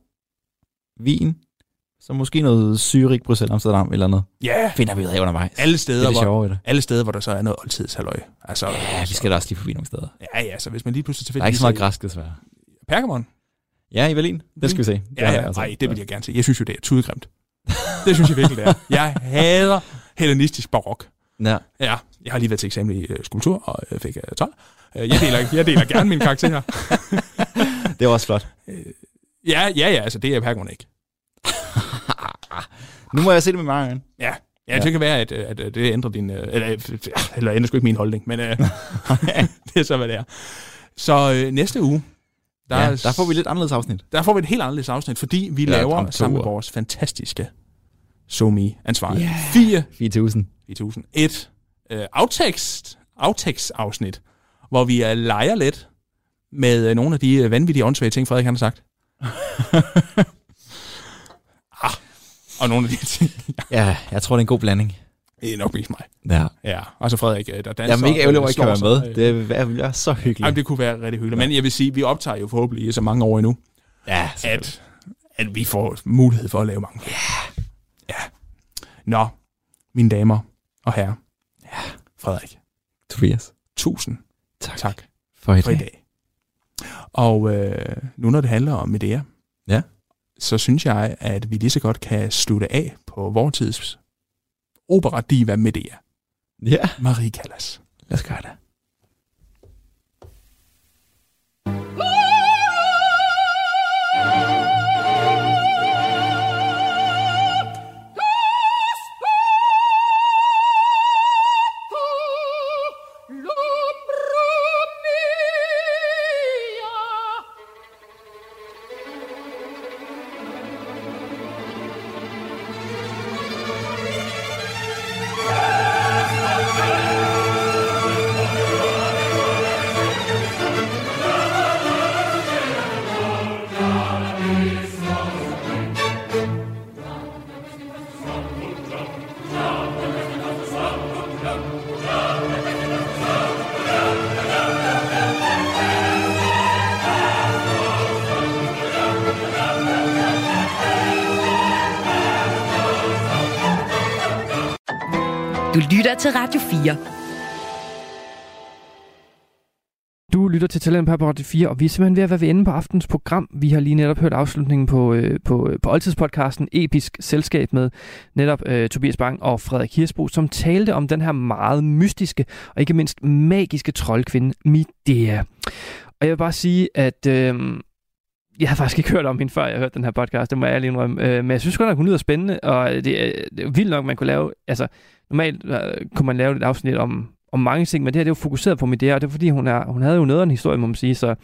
[SPEAKER 5] Wien, så måske noget Zürich, Bruxelles, Amsterdam eller noget.
[SPEAKER 4] Ja,
[SPEAKER 5] Finder vi ud af undervejs.
[SPEAKER 4] alle
[SPEAKER 5] det er
[SPEAKER 4] steder,
[SPEAKER 5] det
[SPEAKER 4] hvor,
[SPEAKER 5] sjove i det.
[SPEAKER 4] alle steder, hvor der så er noget oldtidshalløj. Altså,
[SPEAKER 5] Ja, vi skal da også lige forbi nogle steder.
[SPEAKER 4] ja, ja, så hvis man lige pludselig
[SPEAKER 5] Der
[SPEAKER 4] tilfældigvis...
[SPEAKER 5] er ikke så meget græsk, desværre.
[SPEAKER 4] er i Pergamon?
[SPEAKER 5] Ja, i Berlin. Det skal vi se. Der
[SPEAKER 4] Ja,
[SPEAKER 5] er
[SPEAKER 4] ja,
[SPEAKER 5] altså-
[SPEAKER 4] nej, det vil jeg gerne se. Jeg synes jo, det er tudegrimt. Det synes jeg virkelig, det er. Jeg hader hellenistisk barok.
[SPEAKER 5] Ja.
[SPEAKER 4] Ja, jeg har lige været til eksamen i øh, skulptur, og øh, fik øh, 12. Øh, jeg, deler, jeg deler gerne min karakter her.
[SPEAKER 5] Det var også flot.
[SPEAKER 4] Ja, ja, ja, altså det er Pergamon ikke.
[SPEAKER 5] Nu må jeg se det med mange øjne.
[SPEAKER 4] Ja, ja,
[SPEAKER 5] Ja.
[SPEAKER 4] det kan være, at, øh, at øh, det ændrer din... øh, Eller, øh, eller ændrer sgu ikke min holdning, men øh, det er så, hvad det er. Så øh, næste uge, der,
[SPEAKER 5] Ja, der får vi lidt anderledes afsnit.
[SPEAKER 4] der får vi et helt anderledes afsnit, fordi vi
[SPEAKER 5] Ja, om
[SPEAKER 4] laver
[SPEAKER 5] to
[SPEAKER 4] sammen med
[SPEAKER 5] uger.
[SPEAKER 4] vores fantastiske somi ansvarlige yeah.
[SPEAKER 5] 4.000.
[SPEAKER 4] 4000 et øh, aftekst, aftekst-afsnit, hvor vi øh, leger lidt med øh, nogle af de øh, vanvittige åndssvage ting, Frederik han har sagt. ah, og nogle af de ting,
[SPEAKER 5] Ja, jeg tror, det er en god blanding.
[SPEAKER 4] det er nok mest mig.
[SPEAKER 5] Ja.
[SPEAKER 4] Ja, og så Frederik, øh, der danser.
[SPEAKER 5] Jeg er mega ærgerlig over, at jeg ikke kan
[SPEAKER 4] slår
[SPEAKER 5] være med.
[SPEAKER 4] sig. Øh,
[SPEAKER 5] Det er så hyggeligt.
[SPEAKER 4] Jamen, det kunne være rigtig hyggeligt. Men jeg vil sige, vi optager jo forhåbentlig i så mange år endnu,
[SPEAKER 5] Ja,
[SPEAKER 4] at, at vi får mulighed for at lave mange. Ja. ja. Nå, mine damer og herrer. Ja. Frederik,
[SPEAKER 5] Tobias.
[SPEAKER 4] tusind
[SPEAKER 5] Tak, tak.
[SPEAKER 4] tak
[SPEAKER 5] for i
[SPEAKER 4] for i
[SPEAKER 5] dag.
[SPEAKER 4] dag. Og øh, nu når det handler om Medea,
[SPEAKER 5] Ja.
[SPEAKER 4] så synes jeg, at vi lige så godt kan slutte af på vores tids opera-diva Medea,
[SPEAKER 5] Ja,
[SPEAKER 4] Marie Callas.
[SPEAKER 5] lad os gøre det.
[SPEAKER 6] L'ombra mia
[SPEAKER 2] Du lytter til Radio 4.
[SPEAKER 3] Du lytter til Talent på Radio 4, og vi er simpelthen ved at være ved enden på aftens program. Vi har lige netop hørt afslutningen på, øh, på, øh, på oldtidspodcasten Episk Selskab med netop øh, Tobias Bang og Frederik Hirsbro, som talte om den her meget mystiske og ikke mindst magiske troldkvinde Medea. Og jeg vil bare sige, at øh, jeg havde faktisk ikke hørt om hende, før jeg hørte den her podcast, det må jeg ærligt indrømme. Øh, men jeg synes godt nok, hun lyder spændende, og det er, det er vildt nok, man kunne lave... Altså, normalt øh, kunne man lave et afsnit om, om mange ting, men det her det er jo fokuseret på Medea, og det er fordi, hun, er, hun havde jo noget af en historie, må man sige, så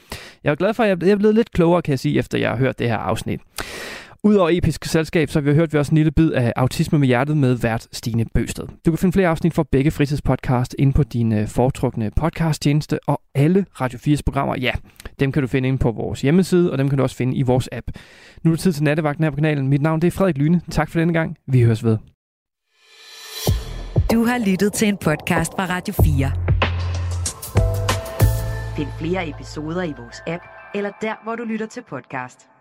[SPEAKER 3] jeg er glad for, at jeg, jeg er blevet lidt klogere, kan jeg sige, efter jeg har hørt det her afsnit. Udover episk selskab, så har vi hørt vi også en lille bid af Autisme med Hjertet med vært Stine Bøsted. Du kan finde flere afsnit fra begge fritidspodcast inde på din øh, foretrukne podcasttjeneste, og alle Radio 4's programmer, ja, Dem kan du finde inde på vores hjemmeside, og dem kan du også finde i vores app. Nu er det tid til nattevagten her på kanalen. Mit navn det er Frederik Lyne. Tak for denne gang. Vi høres ved.
[SPEAKER 2] Du har lyttet til en podcast fra Radio 4. Find flere episoder i vores app, eller der, hvor du lytter til podcast.